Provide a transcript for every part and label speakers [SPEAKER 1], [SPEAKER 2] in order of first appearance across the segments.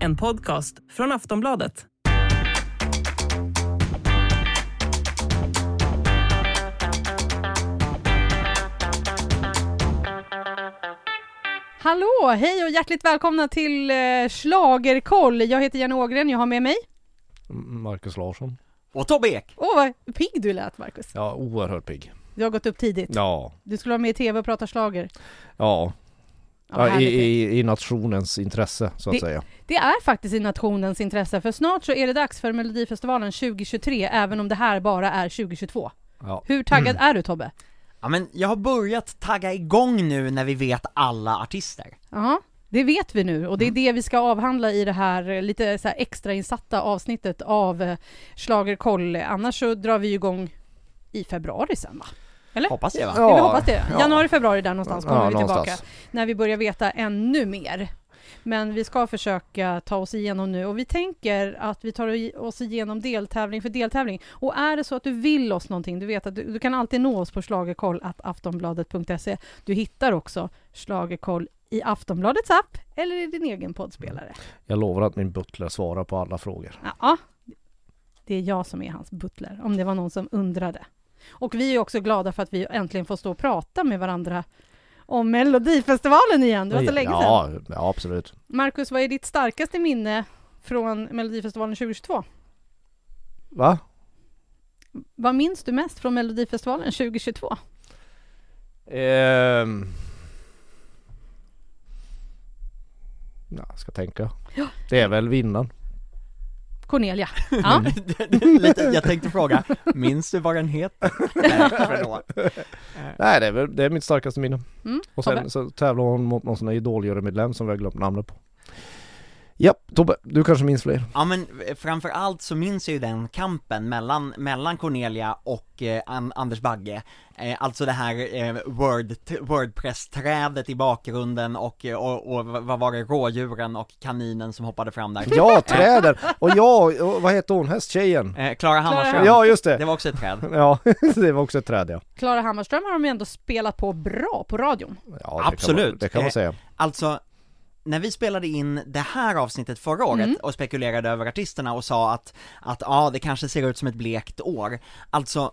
[SPEAKER 1] En podcast från Aftonbladet.
[SPEAKER 2] Hallå, hej och hjärtligt välkomna till eh, Schlagerkoll. Jag heter Jenny Ågren, jag har med mig...
[SPEAKER 3] Marcus Larsson.
[SPEAKER 4] Och Tobbe Ek!
[SPEAKER 2] Åh, vad pigg du lät Marcus.
[SPEAKER 3] Ja, oerhört pigg.
[SPEAKER 2] Du har gått upp tidigt.
[SPEAKER 3] Ja,
[SPEAKER 2] Du skulle vara med i TV och prata schlager.
[SPEAKER 3] ja.
[SPEAKER 2] Ja,
[SPEAKER 3] ja i,
[SPEAKER 2] härligt.
[SPEAKER 3] i, I nationens intresse så att
[SPEAKER 2] Det-
[SPEAKER 3] säga.
[SPEAKER 2] Det är faktiskt i nationens intresse, för snart så är det dags för Melodifestivalen 2023, även om det här bara är 2022.
[SPEAKER 3] Ja.
[SPEAKER 2] Hur taggad
[SPEAKER 3] Mm.
[SPEAKER 2] är du Tobbe?
[SPEAKER 4] Ja men jag har börjat tagga igång nu när vi vet alla artister.
[SPEAKER 2] Ja, det vet vi nu och det är
[SPEAKER 3] Mm.
[SPEAKER 2] det vi ska avhandla i det här eh, lite så här extrainsatta avsnittet av eh, Schlagerkoll. Annars så drar vi ju igång i februari sen va?
[SPEAKER 4] Hoppas det va?
[SPEAKER 2] Ja, vi
[SPEAKER 3] Ja,
[SPEAKER 2] hoppas det.
[SPEAKER 3] ja.
[SPEAKER 2] Januari, februari där någonstans kommer
[SPEAKER 3] Ja,
[SPEAKER 2] vi tillbaka.
[SPEAKER 3] någonstans.
[SPEAKER 2] När vi börjar veta ännu mer. Men vi ska försöka ta oss igenom nu och vi tänker att vi tar i- oss igenom deltävling för deltävling. Och är det så att du vill oss någonting, du vet att du, du kan alltid nå oss på schlagerkoll.aftonbladet.se. Du hittar också Schlagerkoll i Aftonbladets app eller i din egen poddspelare.
[SPEAKER 3] Jag lovar att min butler svarar på alla frågor.
[SPEAKER 2] Ja, det är jag som är hans butler, om det var någon som undrade. Och vi är också glada för att vi äntligen får stå och prata med varandra om Melodifestivalen igen. Det var så länge sedan.
[SPEAKER 3] ja, ja, absolut.
[SPEAKER 2] Marcus, vad är ditt starkaste minne från Melodifestivalen 2022?
[SPEAKER 3] Va?
[SPEAKER 2] Vad minns du mest från Melodifestivalen 2022?
[SPEAKER 3] Ehm... Ja, jag ska tänka. Det är väl vinnaren.
[SPEAKER 2] Cornelia. Ja.
[SPEAKER 4] Lite, jag tänkte fråga, minns du vad den heter? Nej, förlåt.
[SPEAKER 3] Nej, det är, väl, det är mitt starkaste minne.
[SPEAKER 2] Mm.
[SPEAKER 3] Och
[SPEAKER 2] Tobbe?
[SPEAKER 3] sen så tävlar hon mot någon sån här idoljury-medlem som vi har glömt namnet på. Ja, Tobbe, du kanske minns fler?
[SPEAKER 4] Ja men eh, framförallt så minns jag ju den kampen mellan, mellan Cornelia och eh, An- Anders Bagge eh, Alltså det här eh, Word, Wordpress-trädet i bakgrunden och, eh, och, och vad var det, rådjuren och kaninen som hoppade fram där
[SPEAKER 3] Ja, träden! Och jag, och vad heter hon, hästtjejen?
[SPEAKER 4] Eh, Klara Hammarström,
[SPEAKER 3] Ja, just det!
[SPEAKER 4] det var också ett träd
[SPEAKER 3] Ja, det var också ett träd ja.
[SPEAKER 2] Klara Hammarström har de ju ändå spelat på bra på radion.
[SPEAKER 3] ja Det kan man,
[SPEAKER 4] Absolut.
[SPEAKER 3] det kan man
[SPEAKER 4] Eh,
[SPEAKER 3] säga.
[SPEAKER 4] Alltså, när vi spelade in det här avsnittet förra året och spekulerade över artisterna och sa att, att ja, det kanske ser ut som ett blekt år. Alltså,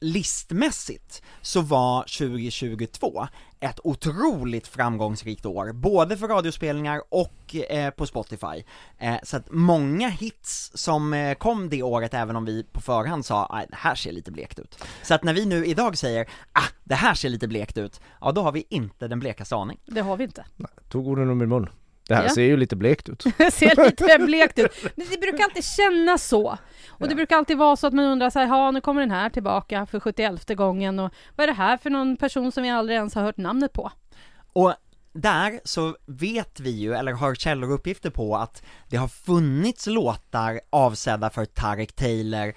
[SPEAKER 4] listmässigt så var 2022 ett otroligt framgångsrikt år, både för radiospelningar och eh, på Spotify. Eh, så att många hits som eh, kom det året, även om vi på förhand sa "Aj, det här ser lite blekt ut. Så att när vi nu idag säger ah, det här ser lite blekt ut, ja då har vi inte den blekaste aning.
[SPEAKER 2] Det har vi inte.
[SPEAKER 3] Tog orden ur min mun. Det här
[SPEAKER 2] Ja.
[SPEAKER 3] ser ju lite blekt ut.
[SPEAKER 2] Det ser lite blekt ut. Men det brukar alltid kännas så. Och det brukar alltid vara så att man undrar så här, ja nu kommer den här tillbaka för 71 gången och vad är det här för någon person som vi aldrig ens har hört namnet på?
[SPEAKER 4] Och där så vet vi ju, eller har källor och uppgifter på att det har funnits låtar avsedda för Tarek Taylor,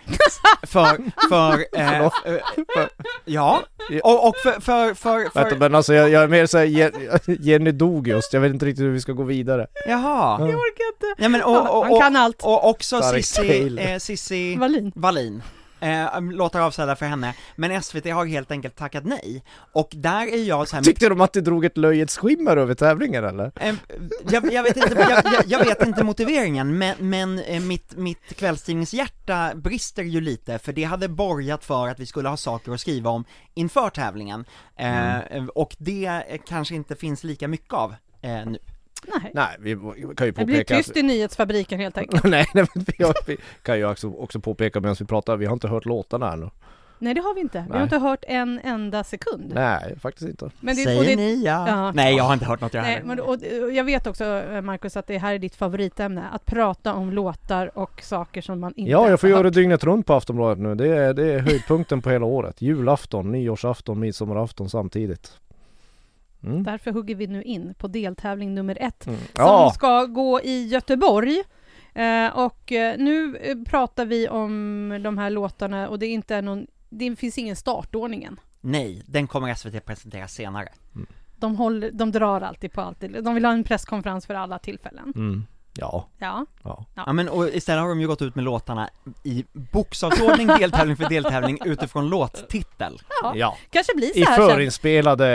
[SPEAKER 4] för, för, eh,
[SPEAKER 3] Förlåt.
[SPEAKER 4] eh, ja, och, och för, för, för,
[SPEAKER 3] Vänta,
[SPEAKER 4] för,
[SPEAKER 3] men alltså jag, jag är mer såhär, Jen- Jenny dog just, jag vet inte riktigt hur vi ska gå vidare.
[SPEAKER 4] jaha.
[SPEAKER 2] Jag orkar inte.
[SPEAKER 4] Ja, men, och, och,
[SPEAKER 2] Han kan
[SPEAKER 4] och,
[SPEAKER 2] allt.
[SPEAKER 4] och också
[SPEAKER 3] Tarek
[SPEAKER 4] Cissi,
[SPEAKER 3] Taylor.
[SPEAKER 4] eh, Cissi
[SPEAKER 2] Wallin.
[SPEAKER 4] Wallin. Eh, låtar avsedda för henne, men SVT har helt enkelt tackat nej. Och där är jag så här
[SPEAKER 3] Tyckte de att det drog ett löjets skimmer över tävlingen eller?
[SPEAKER 4] Eh, Jag, jag, vet inte, jag, jag- jag vet inte motiveringen, men, men eh, mitt, mitt kvällstidningshjärta brister ju lite, för det hade borgat för att vi skulle ha saker att skriva om inför tävlingen. Eh, Och det eh, kanske inte finns lika mycket av eh, nu.
[SPEAKER 2] Nej.
[SPEAKER 3] Nej, vi kan ju
[SPEAKER 2] Det blir
[SPEAKER 3] påpeka
[SPEAKER 2] tyst i nyhetsfabriken helt enkelt.
[SPEAKER 3] Nej, nej men vi, har, vi kan ju också, också påpeka medan vi pratar, vi har inte hört låtarna ännu.
[SPEAKER 2] Nej det har vi inte. Vi har
[SPEAKER 3] Nej.
[SPEAKER 2] inte hört en enda sekund.
[SPEAKER 3] Nej, faktiskt inte.
[SPEAKER 2] Men det, och
[SPEAKER 4] Säger
[SPEAKER 2] det,
[SPEAKER 4] ni ja?
[SPEAKER 2] Ja.
[SPEAKER 4] Nej, jag har inte hört något jag
[SPEAKER 2] Nej,
[SPEAKER 4] heller.
[SPEAKER 2] men, och, och jag vet också eh, Marcus att det här är ditt favoritämne, att prata om låtar och saker som man inte
[SPEAKER 3] Ja,
[SPEAKER 2] ens
[SPEAKER 3] jag får
[SPEAKER 2] har
[SPEAKER 3] göra det
[SPEAKER 2] hört.
[SPEAKER 3] dygnet runt på Aftonbladet nu. Det är, det är höjdpunkten på hela året. Julafton, nyårsafton, midsommarafton samtidigt. Mm.
[SPEAKER 2] Därför hugger vi nu in på deltävling nummer ett
[SPEAKER 3] Mm.
[SPEAKER 2] som
[SPEAKER 3] Ja,
[SPEAKER 2] ska gå i Göteborg. Eh, och eh, nu eh, pratar vi om de här låtarna och det, är inte är någon, det finns ingen startordning än.
[SPEAKER 4] Nej, den kommer SVT presentera senare.
[SPEAKER 2] De, håller, de drar alltid på allt. De vill ha en presskonferens för alla tillfällen.
[SPEAKER 3] mm. Ja,
[SPEAKER 2] Ja.
[SPEAKER 3] ja.
[SPEAKER 4] Ja men och istället har de ju gått ut med låtarna i bokstavsordning, deltävling för deltävling utifrån låttitel.
[SPEAKER 2] Ja.
[SPEAKER 3] ja.
[SPEAKER 2] Kanske blir så
[SPEAKER 3] I
[SPEAKER 2] här sen.
[SPEAKER 3] förinspelade,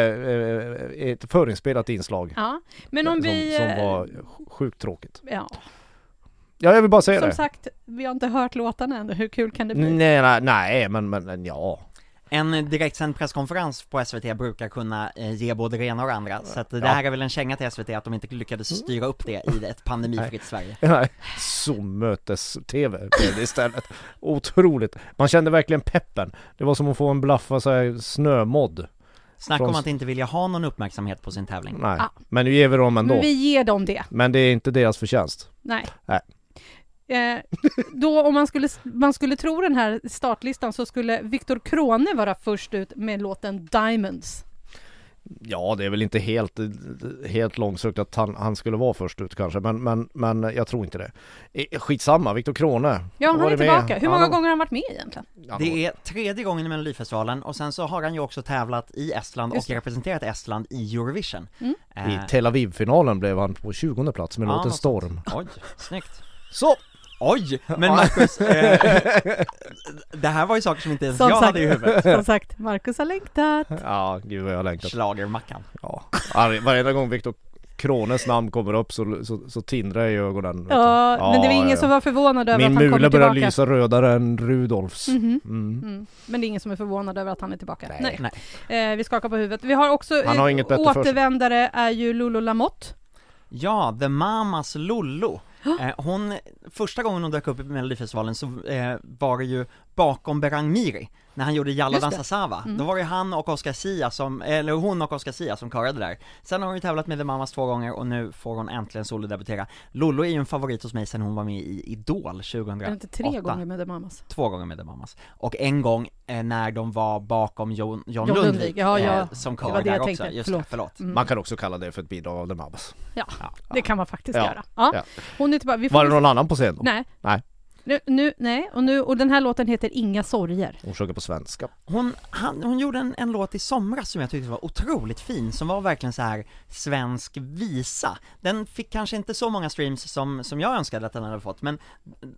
[SPEAKER 3] eh, ett förinspelat inslag.
[SPEAKER 2] Ja. Men om
[SPEAKER 3] som,
[SPEAKER 2] vi...
[SPEAKER 3] som
[SPEAKER 2] eh,
[SPEAKER 3] var sjukt tråkigt.
[SPEAKER 2] Ja.
[SPEAKER 3] Ja, jag vill bara säga
[SPEAKER 2] Som
[SPEAKER 3] det.
[SPEAKER 2] sagt, vi har inte hört låtarna ännu. Hur kul kan det bli?
[SPEAKER 3] Nej, nej, nej, men, men, men ja.
[SPEAKER 4] En direktsänd presskonferens på SVT brukar kunna eh, ge både det ena och det andra, så att det
[SPEAKER 3] Ja.
[SPEAKER 4] här är väl en känga till SVT att de inte lyckades styra upp det i ett pandemifritt Sverige.
[SPEAKER 3] Nej, Zoom-mötes-tv blev det istället. Otroligt. Man kände verkligen peppen. Det var som att få en blaffa så här snömodd.
[SPEAKER 4] Snacka om
[SPEAKER 3] Från-
[SPEAKER 4] att inte vilja ha någon uppmärksamhet på sin tävling.
[SPEAKER 3] Nej,
[SPEAKER 2] Ah.
[SPEAKER 3] men nu ger vi dem ändå.
[SPEAKER 2] Men vi ger dem det.
[SPEAKER 3] Men det är inte deras förtjänst.
[SPEAKER 2] Nej.
[SPEAKER 3] Nej.
[SPEAKER 2] Eh, då om man skulle, man skulle tro den här startlistan så skulle Viktor Krone vara först ut med låten Diamonds.
[SPEAKER 3] Ja, det är väl inte helt, helt långsökt att han, han skulle vara först ut kanske, men, men, men jag tror inte det. Eh, Skitsamma, Viktor Krone.
[SPEAKER 2] Ja, han
[SPEAKER 3] Var
[SPEAKER 2] är
[SPEAKER 3] det med?
[SPEAKER 2] tillbaka. Hur många
[SPEAKER 3] Han-
[SPEAKER 2] gånger har han varit med egentligen?
[SPEAKER 3] Ja,
[SPEAKER 4] Det är tredje gången i Melodifestivalen och sen så har han ju också tävlat i Estland
[SPEAKER 2] Just
[SPEAKER 4] och
[SPEAKER 2] det.
[SPEAKER 4] representerat Estland i Eurovision.
[SPEAKER 2] Mm.
[SPEAKER 4] Eh,
[SPEAKER 3] I Tel Aviv-finalen blev han på 20 plats med
[SPEAKER 4] Ja,
[SPEAKER 3] låten
[SPEAKER 4] något sånt.
[SPEAKER 3] Storm.
[SPEAKER 4] Oj, snyggt.
[SPEAKER 3] Så!
[SPEAKER 4] Oj! Men Marcus, eh, det här var ju saker som inte ens
[SPEAKER 2] Som
[SPEAKER 4] jag
[SPEAKER 2] sagt.
[SPEAKER 4] hade i huvudet.
[SPEAKER 2] Som sagt, Marcus har längtat.
[SPEAKER 3] Ja, gud vad jag har längtat.
[SPEAKER 4] Schlagermackan.
[SPEAKER 3] Ja, Arg- varenda gång Viktor Krones namn kommer upp så, så, så tindrar jag i ögonen. vet du.
[SPEAKER 2] Ja, men det var ingen
[SPEAKER 3] ja,
[SPEAKER 2] som
[SPEAKER 3] ja.
[SPEAKER 2] var förvånad över
[SPEAKER 3] Min
[SPEAKER 2] att han kommer
[SPEAKER 3] mula börjar
[SPEAKER 2] tillbaka.
[SPEAKER 3] lysa rödare än Rudolfs.
[SPEAKER 2] Mhm.
[SPEAKER 3] Mm.
[SPEAKER 2] Mm. Men det är ingen som är förvånad över att han är tillbaka.
[SPEAKER 3] Nej.
[SPEAKER 2] Nej.
[SPEAKER 4] Nej.
[SPEAKER 2] Eh, vi skakar på huvudet. Vi har också
[SPEAKER 3] Han har
[SPEAKER 2] eh,
[SPEAKER 3] inget bättre för sig.
[SPEAKER 2] återvändare är ju Lulu Lamotte.
[SPEAKER 4] Ja, The Mamas Lollo. Eh, hon, första gången hon dök upp i Melodifestivalen så eh, var det ju bakom Berang Miri, när han gjorde Jalla
[SPEAKER 2] Just det.
[SPEAKER 4] dansa sava.
[SPEAKER 2] Mm.
[SPEAKER 4] Då var det ju han och Oscar Sia som, eller hon och Oscar Sia som körade där. Sen har hon ju tävlat med The Mamas två gånger och nu får hon äntligen solodebutera. Lollo är ju en favorit hos mig sen hon var med i Idol 2008.
[SPEAKER 2] Är det inte tre gånger med The Mamas?
[SPEAKER 4] Två gånger med The Mamas. Och en gång eh, när de var bakom Jon, John,
[SPEAKER 2] John
[SPEAKER 4] Lundvik, eh,
[SPEAKER 2] Lundvik, ja, ja.
[SPEAKER 4] som
[SPEAKER 2] var det
[SPEAKER 4] kör
[SPEAKER 2] jag
[SPEAKER 4] där också.
[SPEAKER 2] tänkte.
[SPEAKER 4] Just
[SPEAKER 2] Förlåt.
[SPEAKER 4] det, förlåt.
[SPEAKER 2] Mm.
[SPEAKER 3] Man kan också kalla det för ett bidrag av The Mabbas.
[SPEAKER 2] Det kan man faktiskt
[SPEAKER 3] Ja.
[SPEAKER 2] göra. Ja.
[SPEAKER 3] Ja.
[SPEAKER 2] Hon är tillbaka. Vi får
[SPEAKER 3] Var det någon annan på scen då?
[SPEAKER 2] Nej.
[SPEAKER 3] Nej.
[SPEAKER 2] Nu, nu, nej, och, nu, och den här låten heter Inga sorger.
[SPEAKER 3] Hon sjunger på svenska.
[SPEAKER 4] Hon, han, hon gjorde en, en låt i somras som jag tyckte var otroligt fin, som var verkligen så här svensk visa. Den fick kanske inte så många streams som, som jag önskade att den hade fått, men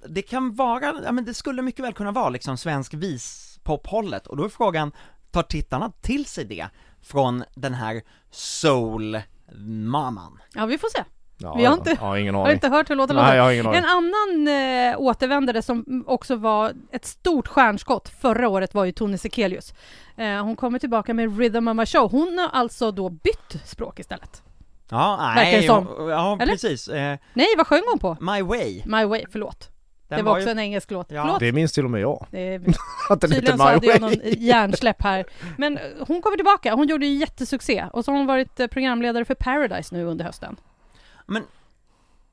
[SPEAKER 4] det kan vara, ja men det skulle mycket väl kunna vara liksom svensk vispop-hållet, och då är frågan, tar tittarna till sig det från den här soul-mamman?
[SPEAKER 2] Ja, vi får se.
[SPEAKER 3] Ja,
[SPEAKER 2] Vi har
[SPEAKER 3] ja.
[SPEAKER 2] inte-
[SPEAKER 3] ja, ingen
[SPEAKER 2] Jag har
[SPEAKER 3] aning.
[SPEAKER 2] inte hört hur låten
[SPEAKER 3] Nej,
[SPEAKER 2] låter.
[SPEAKER 3] jag har ingen aning.
[SPEAKER 2] En annan eh, återvändare som också var ett stort stjärnskott förra året var ju Tone Sekelius. Eh, hon kommer tillbaka med Rhythm of my show. Hon har alltså då bytt språk istället.
[SPEAKER 4] Ja,
[SPEAKER 2] Verkar
[SPEAKER 4] nej,
[SPEAKER 2] det som.
[SPEAKER 4] ja
[SPEAKER 2] Eller?
[SPEAKER 4] precis. Eh,
[SPEAKER 2] Nej, vad sjöng hon på?
[SPEAKER 4] My way.
[SPEAKER 2] My way, förlåt.
[SPEAKER 4] Den
[SPEAKER 2] det var,
[SPEAKER 4] ju-
[SPEAKER 2] också en engelsk låt.
[SPEAKER 4] Ja.
[SPEAKER 2] Förlåt.
[SPEAKER 3] Det minns till och med jag.
[SPEAKER 2] Det är
[SPEAKER 3] Att den heter
[SPEAKER 2] Tydligen så
[SPEAKER 3] My
[SPEAKER 2] hade jag
[SPEAKER 3] Way.
[SPEAKER 2] någon hjärnsläpp här. Men eh, hon kommer tillbaka, hon gjorde ju jättesuccé och så har hon varit eh, programledare för Paradise nu under hösten.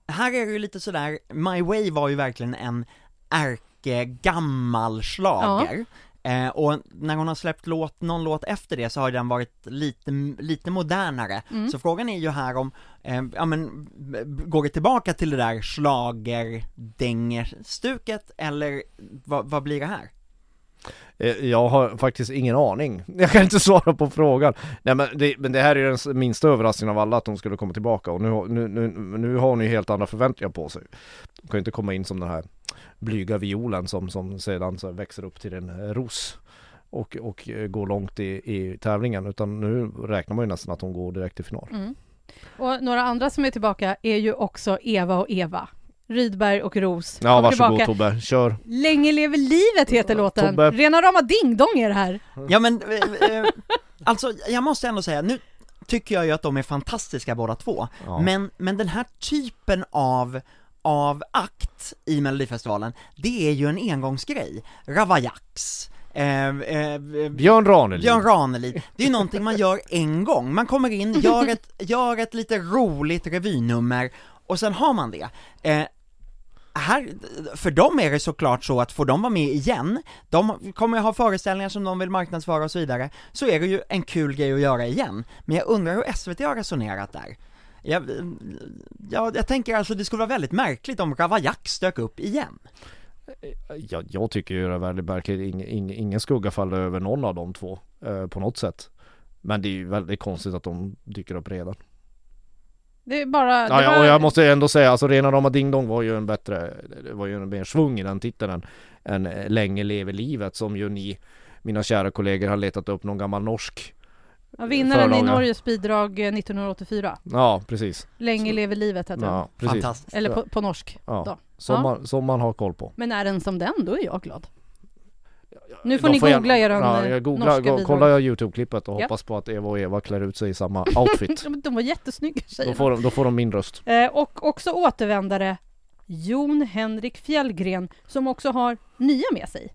[SPEAKER 4] här är det ju lite sådär, My Way var ju verkligen en ärkegammal schlager. Eh, och när hon har släppt låt, någon låt efter det så har ju den varit lite, lite modernare.
[SPEAKER 2] Mm.
[SPEAKER 4] Så frågan är ju här om, eh, ja men, b- b- går det tillbaka till det där schlagerdängerstuket eller vad, vad blir det här?
[SPEAKER 3] Eh, Jag har faktiskt ingen aning. Jag kan inte svara på frågan. Nej men det, men det här är ju den s- minsta överraskningen av alla att hon skulle komma tillbaka och nu, har- nu, nu, nu har hon ju helt andra förväntningar på sig. Hon kan ju inte komma in som den här blyga violen som, som sedan så här växer upp till en eh, ros och, och eh, går långt i, i tävlingen utan nu räknar man ju nästan att hon går direkt till final.
[SPEAKER 2] Mm. Och några andra som är tillbaka är ju också Eva och Eva. Rydberg och Ros.
[SPEAKER 3] Ja
[SPEAKER 2] kommer
[SPEAKER 3] varsågod
[SPEAKER 2] tillbaka.
[SPEAKER 3] Tobbe, kör!
[SPEAKER 2] Länge lever livet heter låten.
[SPEAKER 3] Tobbe.
[SPEAKER 2] Rena rama dingdong är det här.
[SPEAKER 4] Ja men, eh, eh, alltså jag måste ändå säga, nu tycker jag ju att de är fantastiska båda två.
[SPEAKER 3] Ja.
[SPEAKER 4] Men, men den här typen av, av akt i Melodifestivalen, det är ju en engångsgrej. Ravaillacs, eh, eh, eh,
[SPEAKER 3] Björn Ranelid!
[SPEAKER 4] Björn Ranelid, det är ju någonting man gör en gång. Man kommer in, gör ett, gör ett lite roligt revynummer och sen har man det. Eh, här, för dem är det såklart så att får de vara med igen, de kommer ha föreställningar som de vill marknadsföra och så vidare, så är det ju en kul grej att göra igen. Men jag undrar hur SVT har resonerat där. Jag, jag, jag tänker alltså det skulle vara väldigt märkligt om Ravaillacs dök upp igen.
[SPEAKER 3] jag, jag tycker ju det är väldigt märkligt. Ing, ing, ingen skugga faller över någon av de två eh, på något sätt. Men det är ju väldigt konstigt att de dyker upp redan.
[SPEAKER 2] Det är bara...
[SPEAKER 3] Ja,
[SPEAKER 2] det
[SPEAKER 3] ja,
[SPEAKER 2] var-
[SPEAKER 3] och jag måste ändå säga, alltså rena rama Ding Dong var ju en bättre, det var ju en mer svung i den titeln än, än eh, Länge lever livet som ju ni, mina kära kollegor, har letat upp någon gammal norsk.
[SPEAKER 2] ja, vinnaren i
[SPEAKER 3] förlaga.
[SPEAKER 2] Norges bidrag eh, 1984.
[SPEAKER 3] Ja, precis.
[SPEAKER 2] Länge lever livet heter den.
[SPEAKER 3] Ja, precis.
[SPEAKER 4] Fantastiskt.
[SPEAKER 2] Eller på, på norsk.
[SPEAKER 3] Ja.
[SPEAKER 2] typ. då.
[SPEAKER 3] Som,
[SPEAKER 2] Ja.
[SPEAKER 3] man, som man har koll på.
[SPEAKER 2] Men är den som den, då är jag glad. Nu får
[SPEAKER 3] Då
[SPEAKER 2] ni googla er
[SPEAKER 3] ja,
[SPEAKER 2] eh,
[SPEAKER 3] jag googlar,
[SPEAKER 2] norska
[SPEAKER 3] go-
[SPEAKER 2] bidrag.
[SPEAKER 3] kollar jag YouTube-klippet och
[SPEAKER 2] Ja.
[SPEAKER 3] hoppas på att Eva och Eva klär ut sig i samma outfit.
[SPEAKER 2] Ja, men De var jättesnygga
[SPEAKER 3] då,
[SPEAKER 2] tjejerna.
[SPEAKER 3] får de, då får de min röst.
[SPEAKER 2] Eh, och också återvändare Jon Henrik Fjällgren som också har nya med sig.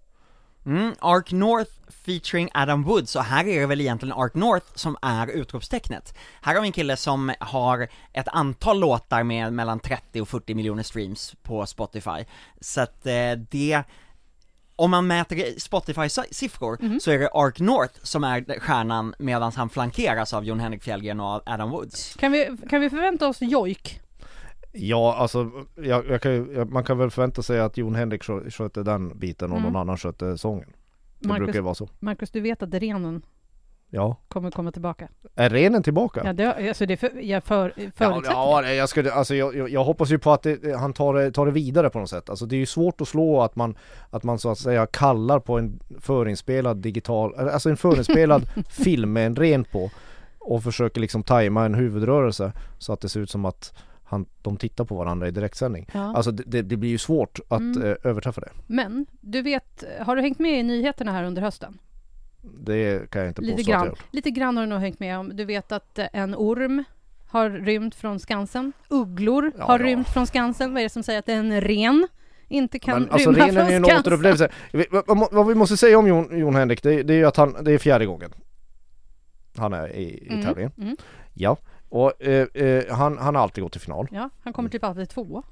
[SPEAKER 4] Mm, Ark North featuring Adam Woods, och här är det väl egentligen Ark North som är utropstecknet. Här har vi en kille som har ett antal låtar med mellan 30 och 40 miljoner streams på Spotify. Så att eh, det, om man mäter Spotify-siffror så är det Ark North som är stjärnan medan han flankeras av Jon Henrik Fjällgren och Adam Woods.
[SPEAKER 2] Kan vi, kan vi förvänta oss jojk?
[SPEAKER 3] Ja, alltså jag, jag kan, ju- jag, man kan väl förvänta sig att Jon Henrik skö- skötte den biten och
[SPEAKER 2] Mm.
[SPEAKER 3] någon annan skötte sången. Det
[SPEAKER 2] Marcus-
[SPEAKER 3] brukar ju vara så.
[SPEAKER 2] Marcus, du vet att renen
[SPEAKER 3] Ja.
[SPEAKER 2] kommer komma tillbaka?
[SPEAKER 3] Är renen tillbaka?
[SPEAKER 2] Ja, det, alltså det är för, jag för,
[SPEAKER 3] Ja,
[SPEAKER 2] förutsätter
[SPEAKER 3] ja, det- jag, skulle, alltså jag, jag, jag hoppas ju på att det, han tar det, tar det vidare på något sätt. Alltså det är ju svårt att slå att man, att man så att säga kallar på en förinspelad digital, alltså en förinspelad film med en ren på och försöker liksom tajma en huvudrörelse så att det ser ut som att han, de tittar på varandra i direktsändning.
[SPEAKER 2] Ja.
[SPEAKER 3] Alltså det, det, det blir ju svårt att
[SPEAKER 2] Mm.
[SPEAKER 3] eh, överträffa det.
[SPEAKER 2] Men, du vet, har du hängt med i nyheterna här under hösten?
[SPEAKER 3] Det kan jag inte
[SPEAKER 2] Lite
[SPEAKER 3] påstå att jag
[SPEAKER 2] grann.
[SPEAKER 3] gjort.
[SPEAKER 2] Lite grann har du nog hängt med om. Du vet att eh, en orm har rymt från Skansen. Ugglor
[SPEAKER 3] Ja,
[SPEAKER 2] har
[SPEAKER 3] ja.
[SPEAKER 2] rymt från Skansen. Vad är det som säger att en ren inte kan
[SPEAKER 3] Men alltså
[SPEAKER 2] rymma
[SPEAKER 3] renen är ju en
[SPEAKER 2] från Skansen?
[SPEAKER 3] återupplevelse. Vi- vad- vad- Vad vi måste säga om Jon, Jon Henrik, det, är- det är ju att han, det är fjärde gången han är i, i
[SPEAKER 2] Mm,
[SPEAKER 3] tävlingen.
[SPEAKER 2] mm.
[SPEAKER 3] Ja, och eh, eh, han, han har alltid gått till final.
[SPEAKER 2] Ja, han
[SPEAKER 3] Mm.
[SPEAKER 2] kommer typ alltid tvåa.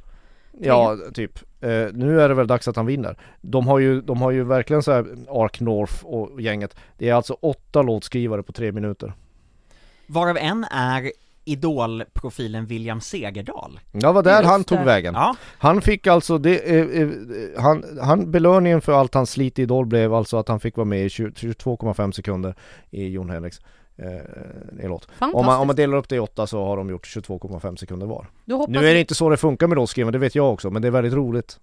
[SPEAKER 3] Ja, typ. Eh, nu är det väl dags att han vinner. De har ju, de har ju verkligen så här Ark North och gänget. Det är alltså åtta låtskrivare på tre minuter.
[SPEAKER 4] Varav en är idolprofilen William Segerdahl.
[SPEAKER 3] Ja, var där
[SPEAKER 2] Just
[SPEAKER 3] han tog
[SPEAKER 2] det.
[SPEAKER 3] vägen.
[SPEAKER 4] Ja,
[SPEAKER 3] Han fick alltså, det, eh, eh, han, han, belöningen för allt hans slit i Idol blev alltså att han fick vara med i 20 22,5 sekunder i Jon Henriks eh, eh, låt.
[SPEAKER 2] Fantastiskt.
[SPEAKER 3] Om man, om man delar upp det i åtta så har de gjort 22,5 sekunder var.
[SPEAKER 2] då hoppas
[SPEAKER 3] Nu är det inte så det funkar med låtskrivande, det vet jag också, men det är väldigt roligt.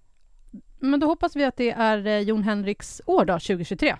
[SPEAKER 2] Men då hoppas vi att det är eh, Jon Henriks år då, 2023.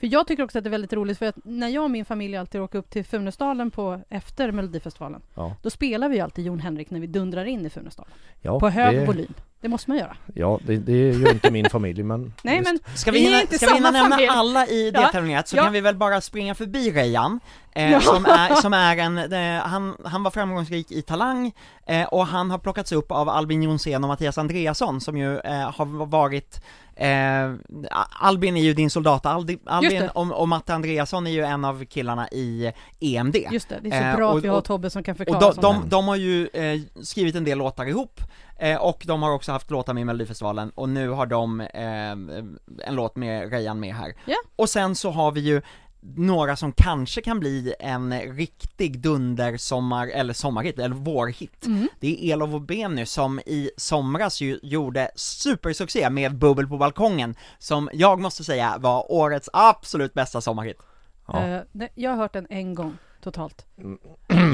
[SPEAKER 2] För jag tycker också att det är väldigt roligt för att när jag och min familj alltid åker upp till Funäsdalen på efter Melodifestivalen,
[SPEAKER 3] Ja.
[SPEAKER 2] då spelar vi ju alltid Jon Henrik när vi dundrar in i Funäsdalen.
[SPEAKER 3] Ja,
[SPEAKER 2] På hög
[SPEAKER 3] det,
[SPEAKER 2] volym. Det måste man göra.
[SPEAKER 3] Ja, det, det gör inte min familj, men...
[SPEAKER 2] Nej
[SPEAKER 3] visst.
[SPEAKER 2] men
[SPEAKER 4] Ska vi
[SPEAKER 2] Vi är
[SPEAKER 4] hinna,
[SPEAKER 2] inte
[SPEAKER 4] ska vi hinna
[SPEAKER 2] samma
[SPEAKER 4] nämna
[SPEAKER 2] familj.
[SPEAKER 4] alla i
[SPEAKER 2] Ja.
[SPEAKER 4] deltävling så
[SPEAKER 2] Ja.
[SPEAKER 4] kan vi väl bara springa förbi Rejan, eh,
[SPEAKER 2] Ja.
[SPEAKER 4] som, är, som är en, eh, han, han var framgångsrik i Talang, eh, och han har plockats upp av Albin Jonsén och Mattias Andreasson som ju eh, har varit Eh, Albin är ju din soldat, Aldi,
[SPEAKER 2] Just
[SPEAKER 4] Albin
[SPEAKER 2] det.
[SPEAKER 4] och, och Matte Andreasson är ju en av killarna i E EMD.
[SPEAKER 2] just det, det är så
[SPEAKER 4] Eh,
[SPEAKER 2] bra
[SPEAKER 4] och-
[SPEAKER 2] att vi har
[SPEAKER 4] och-
[SPEAKER 2] Tobbe som kan
[SPEAKER 4] Och
[SPEAKER 2] förklara
[SPEAKER 4] de,
[SPEAKER 2] sånt här.
[SPEAKER 4] de, de har ju eh, skrivit en del låtar ihop, eh, och de har också haft låtar med i Melodifestivalen, och nu har de eh, en låt med Rejan med här.
[SPEAKER 2] Ja.
[SPEAKER 4] Och sen så har vi ju några som kanske kan bli en riktig dunder sommar, eller sommarhit, eller vårhit.
[SPEAKER 2] Mm.
[SPEAKER 4] Det är Elof och Benny som i somras ju gjorde supersuccé med Bubbel på balkongen, som jag måste säga var årets absolut bästa sommarhit.
[SPEAKER 3] Ja.
[SPEAKER 2] Eh, nej, jag har hört den en gång totalt.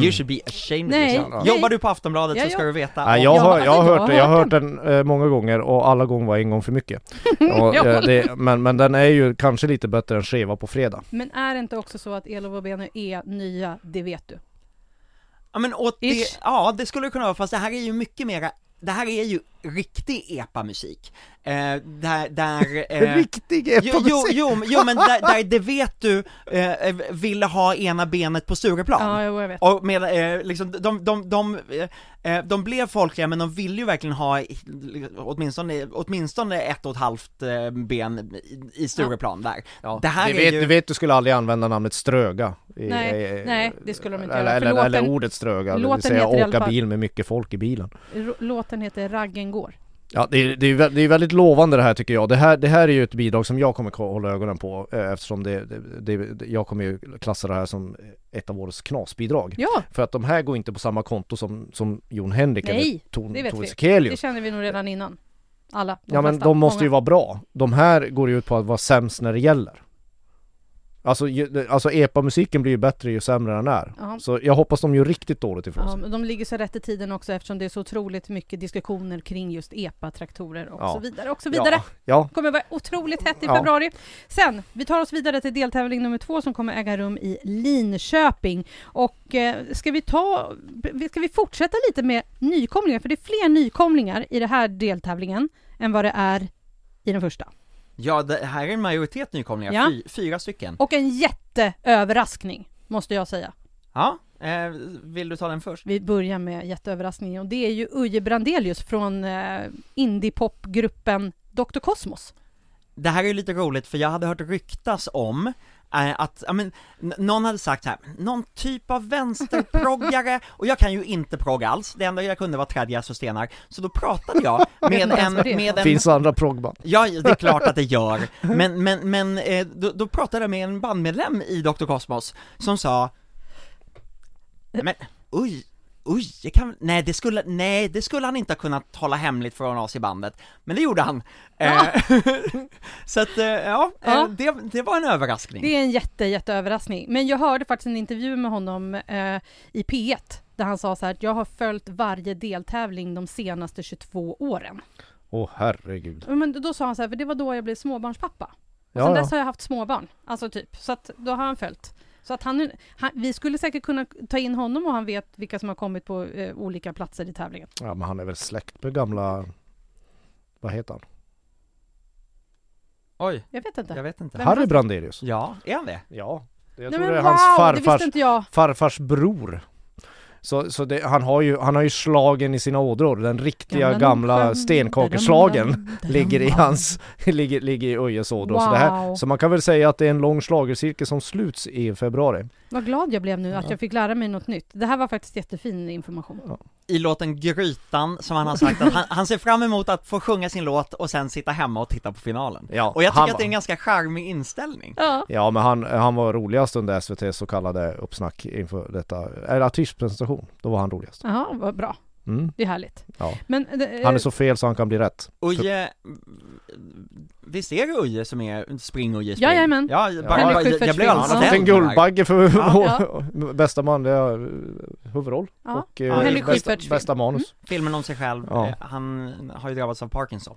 [SPEAKER 4] You should be ashamed
[SPEAKER 2] Nej,
[SPEAKER 4] of yourself.
[SPEAKER 2] nej.
[SPEAKER 4] Jobbar du på Aftonbladet
[SPEAKER 2] Ja,
[SPEAKER 4] så ska
[SPEAKER 2] ja.
[SPEAKER 4] du veta.
[SPEAKER 3] Ja,
[SPEAKER 4] om-
[SPEAKER 3] jag,
[SPEAKER 2] Ja,
[SPEAKER 3] har,
[SPEAKER 2] alltså,
[SPEAKER 3] jag har
[SPEAKER 2] jag
[SPEAKER 3] hört
[SPEAKER 2] har
[SPEAKER 3] det, jag har
[SPEAKER 2] hört
[SPEAKER 3] hört den eh, många gånger och alla gånger var en gång för mycket. Och, eh, det, men, men den är ju kanske lite bättre än Skiva på fredag.
[SPEAKER 2] Men är det inte också så att Elof och Benny är nya, det vet du?
[SPEAKER 4] Ja men åt det,
[SPEAKER 2] Ish.
[SPEAKER 4] ja det skulle det kunna vara, fast det här är ju mycket mera, det här är ju riktig epamusik. Eh, där, där... Eh,
[SPEAKER 3] Riktig
[SPEAKER 4] Jo, jo, jo, jo, men där, där det vet du eh, ville ha ena benet på Stureplan.
[SPEAKER 2] Ja, jo, jag vet.
[SPEAKER 4] Och med, eh, liksom, de, de, de, eh, eh, de blev folkliga men de ville ju verkligen ha i- åtminstone, åtminstone ett och ett halvt eh, ben i- i Stureplan där.
[SPEAKER 3] Ja,
[SPEAKER 4] Det här
[SPEAKER 3] du,
[SPEAKER 4] är
[SPEAKER 3] vet,
[SPEAKER 4] ju-
[SPEAKER 3] du vet, du skulle aldrig använda namnet ströga. I,
[SPEAKER 2] Nej, nej, det skulle de inte
[SPEAKER 3] eller,
[SPEAKER 2] göra, för
[SPEAKER 3] eller, eller
[SPEAKER 2] låten-
[SPEAKER 3] ordet ströga, eller det
[SPEAKER 2] låten
[SPEAKER 3] vill säga
[SPEAKER 2] heter i alla
[SPEAKER 3] åka
[SPEAKER 2] fall-
[SPEAKER 3] bil med mycket folk i bilen.
[SPEAKER 2] R- Låten heter Raggen går.
[SPEAKER 3] Ja, det är, det, är, vä- det är väldigt lovande det här tycker jag. Det här, det här är ju ett bidrag som jag kommer ko- hålla ögonen på eh, eftersom det, det, det, jag kommer ju klassa det här som ett av årets knasbidrag.
[SPEAKER 2] Ja,
[SPEAKER 3] För att de här går inte på samma konto som, som Jon Henrik
[SPEAKER 2] Nej,
[SPEAKER 3] eller Tor-
[SPEAKER 2] det vet
[SPEAKER 3] Tove
[SPEAKER 2] vi. det
[SPEAKER 3] Sekelius.
[SPEAKER 2] kände vi nog redan innan. Alla.
[SPEAKER 3] Ja men
[SPEAKER 2] flesta,
[SPEAKER 3] de måste ju
[SPEAKER 2] många.
[SPEAKER 3] vara bra. De här går ju ut på att vara sämst när det gäller. Alltså, ju, alltså epa-musiken blir ju bättre ju sämre den är.
[SPEAKER 2] Ja.
[SPEAKER 3] Så jag hoppas de gör riktigt dåligt ifrån
[SPEAKER 2] Ja,
[SPEAKER 3] sig.
[SPEAKER 2] men de ligger så rätt i tiden också eftersom det är så otroligt mycket diskussioner kring just EPA-traktorer och
[SPEAKER 3] Ja.
[SPEAKER 2] så vidare och så vidare.
[SPEAKER 3] Ja, ja.
[SPEAKER 2] kommer vara otroligt hett i
[SPEAKER 3] Ja.
[SPEAKER 2] februari. Sen, vi tar oss vidare till deltävling nummer två som kommer äga rum i Linköping. Och eh, ska vi ta, ska vi fortsätta lite med nykomlingar? För det är fler nykomlingar i den här deltävlingen än vad det är i den första.
[SPEAKER 4] Ja, det här är en majoritet nykomlingar,
[SPEAKER 2] Ja.
[SPEAKER 4] fy, fyra stycken.
[SPEAKER 2] Och en jätteöverraskning, måste jag säga.
[SPEAKER 4] Ja, eh, vill du ta den först?
[SPEAKER 2] Vi börjar med jätteöverraskningen och det är ju Uje Brandelius från eh, indiepopgruppen Dr. Cosmos.
[SPEAKER 4] Det här är ju lite roligt för jag hade hört ryktas om eh, att, ja men, n- någon hade sagt här, någon typ av vänsterproggare, och jag kan ju inte progga alls, det enda jag kunde var trädgräs och stenar, så då pratade jag med
[SPEAKER 2] inte ens
[SPEAKER 4] en,
[SPEAKER 2] vad det är.
[SPEAKER 4] med en
[SPEAKER 3] Finns andra proggband.
[SPEAKER 4] Ja, det är klart att det gör. Men, men, men eh, då, då pratade jag med en bandmedlem i Dr. Cosmos som sa "Nej, Men, oj, oj, jag kan, nej, det skulle, nej, det skulle han inte ha kunnat hålla hemligt från oss i bandet. Men det gjorde han. Eh, så att, eh, ja,
[SPEAKER 2] Ja.
[SPEAKER 4] Eh, det, det var en överraskning.
[SPEAKER 2] Det är en jätte, jätteöverraskning. Men jag hörde faktiskt en intervju med honom eh, i P1 där han sa så här att jag har följt varje deltävling de senaste 22 åren.
[SPEAKER 3] Åh herregud.
[SPEAKER 2] Men då sa han så här, för det var då jag blev småbarnspappa. Och sen
[SPEAKER 3] Ja,
[SPEAKER 2] dess
[SPEAKER 3] ja.
[SPEAKER 2] har jag haft småbarn, alltså typ. Så att då har han följt. Så att han, han, vi skulle säkert kunna ta in honom och han vet vilka som har kommit på eh, olika platser i tävlingen.
[SPEAKER 3] ja, men han är väl släkt med gamla... Vad heter han?
[SPEAKER 4] Oj,
[SPEAKER 2] Jag vet inte.
[SPEAKER 4] jag vet inte.
[SPEAKER 2] Vem är
[SPEAKER 3] Harry
[SPEAKER 2] han?
[SPEAKER 3] Brandelius?
[SPEAKER 4] Ja, är han det?
[SPEAKER 3] Ja. Jag
[SPEAKER 2] Nej
[SPEAKER 3] tror
[SPEAKER 2] men
[SPEAKER 3] det är
[SPEAKER 2] wow,
[SPEAKER 3] hans
[SPEAKER 2] det
[SPEAKER 3] farfars
[SPEAKER 2] visste inte jag.
[SPEAKER 3] farfars bror. Så, så det, han, har ju, han har ju slagen i sina ådror, den riktiga gamla, stenkakeslagen ligger i hans, ligger, ligger i Öjes ådror. Så, det här,
[SPEAKER 2] Wow.
[SPEAKER 3] så man kan väl säga att det är en lång schlagercirkel som sluts i februari.
[SPEAKER 2] Vad glad jag blev nu att jag fick lära mig något nytt. Det här var faktiskt jättefin information.
[SPEAKER 4] I låten Grytan, som han har sagt att han, han ser fram emot att få sjunga sin låt och sen sitta hemma och titta på finalen.
[SPEAKER 3] Ja,
[SPEAKER 4] Och jag tycker
[SPEAKER 3] han-
[SPEAKER 4] att det är en ganska charmig inställning.
[SPEAKER 2] Ja.
[SPEAKER 3] Ja men han, han var roligast under SVTs så kallade uppsnack inför detta, eller artistpresentation, då var han roligast.
[SPEAKER 2] Jaha, vad bra.
[SPEAKER 3] Mm,
[SPEAKER 2] Det är härligt.
[SPEAKER 3] ja.
[SPEAKER 2] Men, eh,
[SPEAKER 3] Han är så fel så han kan bli rätt.
[SPEAKER 4] Uje, visst är det Uje som är spring Uje spring?
[SPEAKER 2] Jajamän.
[SPEAKER 4] Ja, bara,
[SPEAKER 2] Han är
[SPEAKER 4] bara,
[SPEAKER 2] sjuk
[SPEAKER 4] jag,
[SPEAKER 2] för
[SPEAKER 4] jag blev
[SPEAKER 2] spring.
[SPEAKER 4] alldeles
[SPEAKER 3] Han har fått en
[SPEAKER 4] ställd här.
[SPEAKER 3] Guldbagge för
[SPEAKER 2] Ja.
[SPEAKER 3] bästa manliga eh, huvudroll
[SPEAKER 2] Ja.
[SPEAKER 3] och
[SPEAKER 4] Ja, Henrik
[SPEAKER 3] eh, bästa,
[SPEAKER 2] Schyfferts
[SPEAKER 3] bästa manus.
[SPEAKER 4] Filmen om sig själv,
[SPEAKER 3] Ja.
[SPEAKER 4] eh, han har ju drabbats av Parkinson.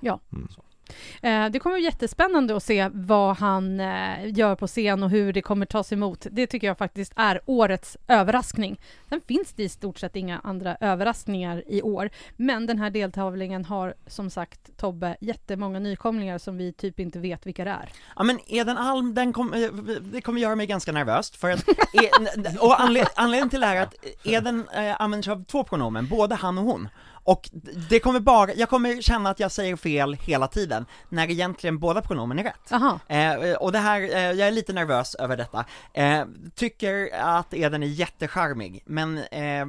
[SPEAKER 2] eh, det kommer bli jättespännande att se vad han eh, gör på scen och hur det kommer tas emot. Det tycker jag faktiskt är årets överraskning. Sen finns det i stort sett inga andra överraskningar i år. Men den här deltävlingen har som sagt Tobbe jättemånga nykomlingar som vi typ inte vet vilka det är.
[SPEAKER 4] Ja men Eden Alm, den kom, eh, det kommer göra mig ganska nervös för att, e, n- och anled, anledningen till det här är att Eden eh, använder sig av två pronomen, både han och hon. Och det kommer bara, jag kommer känna att jag säger fel hela tiden, när egentligen båda pronomen är rätt.
[SPEAKER 2] Aha.
[SPEAKER 4] Eh, och det här, eh, jag är lite nervös över detta. Eh, tycker att Eden är jättecharmig, men eh,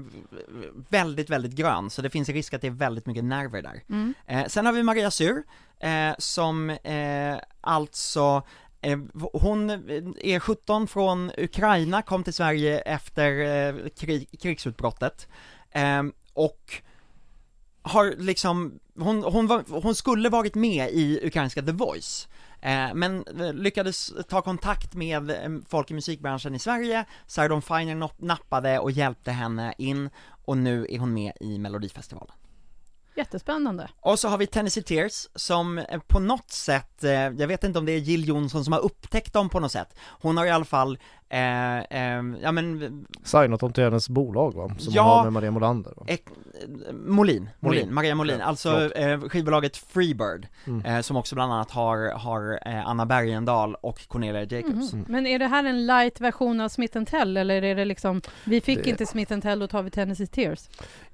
[SPEAKER 4] väldigt, väldigt grön, så det finns risk att det är väldigt mycket nerver där.
[SPEAKER 2] Mm.
[SPEAKER 4] Eh, sen har vi Maria Sur, eh, som eh, alltså eh, hon eh, är 17 från Ukraina, kom till Sverige efter eh, krig, krigsutbrottet eh, och har liksom, hon, hon, var, hon skulle varit med i ukrainska The Voice Eh, men eh, lyckades ta kontakt med eh, folk i musikbranschen i Sverige, Sardon Finer nopp- nappade och hjälpte henne in och nu är hon med i Melodifestivalen.
[SPEAKER 2] Jättespännande.
[SPEAKER 4] Och så har vi Tennessee Tears som eh, på något sätt, eh, jag vet inte om det är Jill Johnson som har upptäckt dem på något sätt. Hon har i alla fall, eh, eh, ja men
[SPEAKER 2] Mm.
[SPEAKER 3] Signat dem till hennes bolag va? Som
[SPEAKER 4] Ja.
[SPEAKER 3] hon har med Maria Molander va?
[SPEAKER 4] Ek- eh, Molin, Molin,
[SPEAKER 3] Molin.
[SPEAKER 4] Maria Molin,
[SPEAKER 3] Ja,
[SPEAKER 4] alltså
[SPEAKER 3] förlåt.
[SPEAKER 4] eh, skivbolaget Freebird,
[SPEAKER 3] Mm.
[SPEAKER 4] eh, som också bland annat har, har eh, Anna Bergendahl och Cornelia Jacobs.
[SPEAKER 2] Mhm.
[SPEAKER 3] Mm.
[SPEAKER 2] Men är det här en light version av Smith Tell eller är det liksom vi fick
[SPEAKER 3] Det-
[SPEAKER 2] inte Smith Tell då tar vi Tennessee Tears?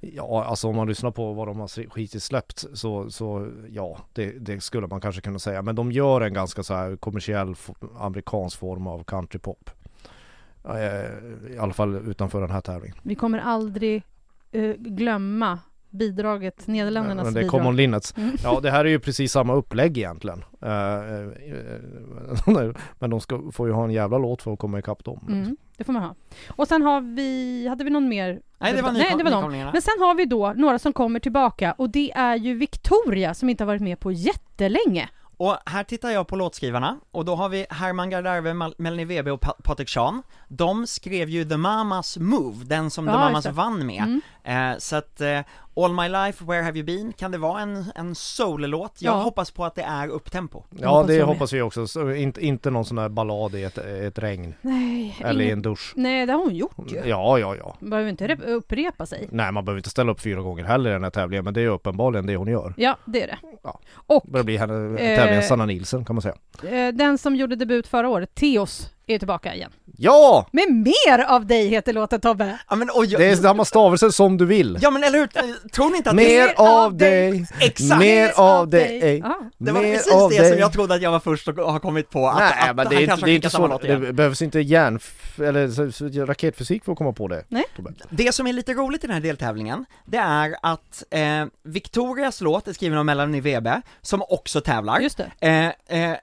[SPEAKER 3] Ja, alltså om man lyssnar på vad de har skitit släppt så, så ja, det, det skulle man kanske kunna säga. Men de gör en ganska så här kommersiell f- amerikansk form av countrypop. Eh, I alla fall utanför den här tävlingen.
[SPEAKER 2] Vi kommer aldrig eh, glömma bidraget, Nederländernas
[SPEAKER 3] Men det är
[SPEAKER 2] bidrag.
[SPEAKER 3] Common Linnets.
[SPEAKER 2] Mm.
[SPEAKER 3] Ja, det här är ju precis samma upplägg egentligen. Eh, eh, Men de ska, får ju ha en jävla låt för att komma ikapp dem.
[SPEAKER 2] Mm, det får man ha. Och sen har vi, hade vi någon mer?
[SPEAKER 4] Nej det var,
[SPEAKER 2] Nej,
[SPEAKER 4] nykom-
[SPEAKER 2] det var de.
[SPEAKER 4] nykomlingarna.
[SPEAKER 2] Men sen har vi då några som kommer tillbaka och det är ju Victoria som inte har varit med på jättelänge.
[SPEAKER 4] Och här tittar jag på låtskrivarna, och då har vi Herman Gardarve, Mal- Melanie Webe och pa- Patrik Sean. De skrev ju The Mamas Move, den som The
[SPEAKER 2] Ja, just
[SPEAKER 4] Mamas
[SPEAKER 2] det.
[SPEAKER 4] vann med.
[SPEAKER 2] Mm.
[SPEAKER 4] Eh, så att, eh, All My Life, Where Have You Been, kan det vara en, en soul-låt? Jag
[SPEAKER 2] Ja.
[SPEAKER 4] hoppas på att det är upptempo.
[SPEAKER 3] Ja
[SPEAKER 2] Hoppas
[SPEAKER 3] det
[SPEAKER 2] jag med.
[SPEAKER 3] hoppas vi också, så, inte, inte någon sån här ballad i ett, ett regn
[SPEAKER 2] Nej,
[SPEAKER 3] eller i
[SPEAKER 2] ingen...
[SPEAKER 3] en dusch
[SPEAKER 2] Nej, det har hon gjort ju.
[SPEAKER 3] Ja ja ja
[SPEAKER 2] Hon behöver inte rep- upprepa sig.
[SPEAKER 3] Nej man behöver inte ställa upp fyra gånger heller i den här tävlingen men det är uppenbarligen det hon gör
[SPEAKER 2] Ja, det är det.
[SPEAKER 3] Ja.
[SPEAKER 2] Och
[SPEAKER 3] Börjar bli henne,
[SPEAKER 2] Eh.
[SPEAKER 3] tävlingens Sanna Nilsson kan man säga
[SPEAKER 2] eh, den som gjorde debut förra året, Theos, är tillbaka igen.
[SPEAKER 3] Ja!
[SPEAKER 2] Med mer av dig heter låten Tobbe!
[SPEAKER 4] Ja men, och jag,
[SPEAKER 3] Det är samma stavelse som du vill
[SPEAKER 4] ja men eller hur, Eh, tror ni inte att det
[SPEAKER 3] Mer
[SPEAKER 2] mer av
[SPEAKER 3] av dig!
[SPEAKER 4] Exakt.
[SPEAKER 3] Mer av dig!
[SPEAKER 2] Ja.
[SPEAKER 4] Det var
[SPEAKER 3] Mer
[SPEAKER 4] precis
[SPEAKER 3] av
[SPEAKER 4] det som
[SPEAKER 3] dig.
[SPEAKER 4] jag trodde att jag var först och har kommit på, att,
[SPEAKER 3] Nej
[SPEAKER 4] att
[SPEAKER 3] men det
[SPEAKER 4] han
[SPEAKER 3] är inte,
[SPEAKER 4] kanske
[SPEAKER 3] det är
[SPEAKER 4] har
[SPEAKER 3] inte
[SPEAKER 4] skickat samma
[SPEAKER 3] så,
[SPEAKER 4] låt
[SPEAKER 3] det
[SPEAKER 4] igen.
[SPEAKER 3] behövs inte hjärn... eller så, så, raketfysik för att komma på det
[SPEAKER 2] Nej.
[SPEAKER 3] Tobbe.
[SPEAKER 4] Det som är lite roligt i den här deltävlingen, det är att eh, Victorias låt är skriven av Melanie Webe, som också tävlar.
[SPEAKER 2] Just det.
[SPEAKER 4] Eh, eh,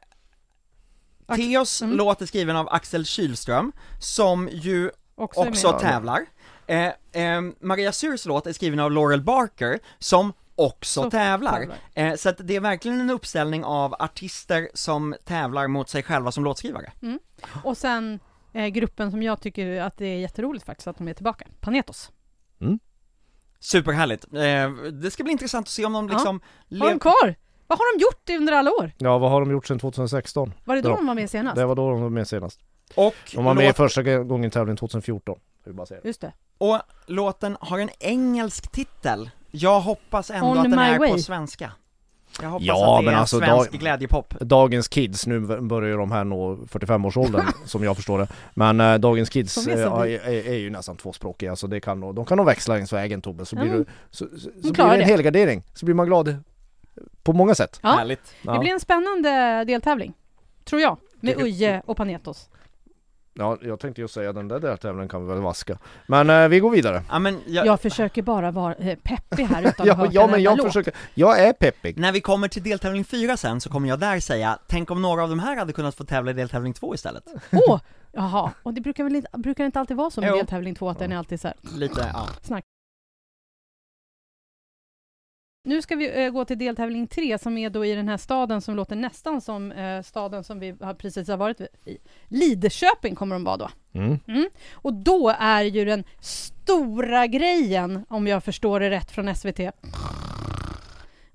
[SPEAKER 2] Ax-
[SPEAKER 4] Theos
[SPEAKER 2] Mm.
[SPEAKER 4] låt är skriven av Axel Kylström, som ju
[SPEAKER 2] Också, är
[SPEAKER 4] också
[SPEAKER 2] med.
[SPEAKER 4] tävlar. Eh, eh, Maria Surs låt är skriven av Laurel Barker, som också
[SPEAKER 2] Så
[SPEAKER 4] tävlar.
[SPEAKER 2] tävlar.
[SPEAKER 4] Eh, så att det är verkligen en uppställning av artister som tävlar mot sig själva som låtskrivare.
[SPEAKER 2] Och sen eh, gruppen som jag tycker att det är jätteroligt faktiskt att de är tillbaka, Panetos.
[SPEAKER 4] Superhärligt. Eh, det ska bli intressant att se om de
[SPEAKER 2] Ja.
[SPEAKER 4] liksom...
[SPEAKER 2] Har
[SPEAKER 4] lev-
[SPEAKER 2] de kvar? Vad har de gjort under alla år?
[SPEAKER 3] Ja vad har de gjort sedan 2016?
[SPEAKER 2] Var det då
[SPEAKER 3] Ja.
[SPEAKER 2] de var med senast?
[SPEAKER 3] Det var då de var med senast
[SPEAKER 4] och
[SPEAKER 3] De var med
[SPEAKER 4] låt-
[SPEAKER 3] första gången i tävlingen 2014 Jag vill bara säga det.
[SPEAKER 2] Just det.
[SPEAKER 4] Och låten har en engelsk titel. Jag hoppas ändå
[SPEAKER 2] On
[SPEAKER 4] att den
[SPEAKER 2] my
[SPEAKER 4] är på
[SPEAKER 2] way.
[SPEAKER 4] svenska. Jag hoppas
[SPEAKER 3] Ja,
[SPEAKER 4] att det
[SPEAKER 3] men
[SPEAKER 4] är
[SPEAKER 3] alltså,
[SPEAKER 4] svensk
[SPEAKER 3] dag-
[SPEAKER 4] glädjepop.
[SPEAKER 3] Dagens kids, nu börjar ju de här nå 45-årsåldern som jag förstår det Men eh, dagens kids
[SPEAKER 2] Som är
[SPEAKER 3] eh,
[SPEAKER 2] som
[SPEAKER 3] är, är, är ju nästan tvåspråkiga så det kan, nog- de kan nog växla längs vägen Tobbe så blir,
[SPEAKER 2] Mm.
[SPEAKER 3] du, så, så, så blir
[SPEAKER 2] klarar
[SPEAKER 3] det en
[SPEAKER 2] det.
[SPEAKER 3] helgardering, så blir man glad på många sätt
[SPEAKER 2] Ja.
[SPEAKER 4] Härligt.
[SPEAKER 2] Det
[SPEAKER 3] Ja,
[SPEAKER 2] blir en spännande deltävling, tror jag, med
[SPEAKER 3] Tycker-
[SPEAKER 2] Uje och Panetos.
[SPEAKER 3] ja jag tänkte ju säga den där, där tävlingen kan vi väl vaska Men eh, vi går vidare
[SPEAKER 4] Ja, men jag,
[SPEAKER 2] Jag försöker bara vara eh, peppig här utan att ha
[SPEAKER 3] Ja,
[SPEAKER 2] hört
[SPEAKER 3] ja
[SPEAKER 2] en
[SPEAKER 3] men
[SPEAKER 2] enda
[SPEAKER 3] jag
[SPEAKER 2] låt.
[SPEAKER 3] försöker, jag är peppig
[SPEAKER 4] När vi kommer till deltävling fyra sen så kommer jag där säga, tänk om några av de här hade kunnat få tävla i deltävling två istället.
[SPEAKER 2] Åh! Jaha, och det brukar väl inte, brukar det inte alltid vara så med
[SPEAKER 4] Jo.
[SPEAKER 2] deltävling 2 att den är alltid så här.
[SPEAKER 4] Lite, ja.
[SPEAKER 2] Nu ska vi eh, gå till deltävling 3 som är då i den här staden som låter nästan som eh, staden som vi har precis har varit i. Lidköping kommer de vara då.
[SPEAKER 3] mm.
[SPEAKER 2] Och då är ju den stora grejen, om jag förstår det rätt från SVT,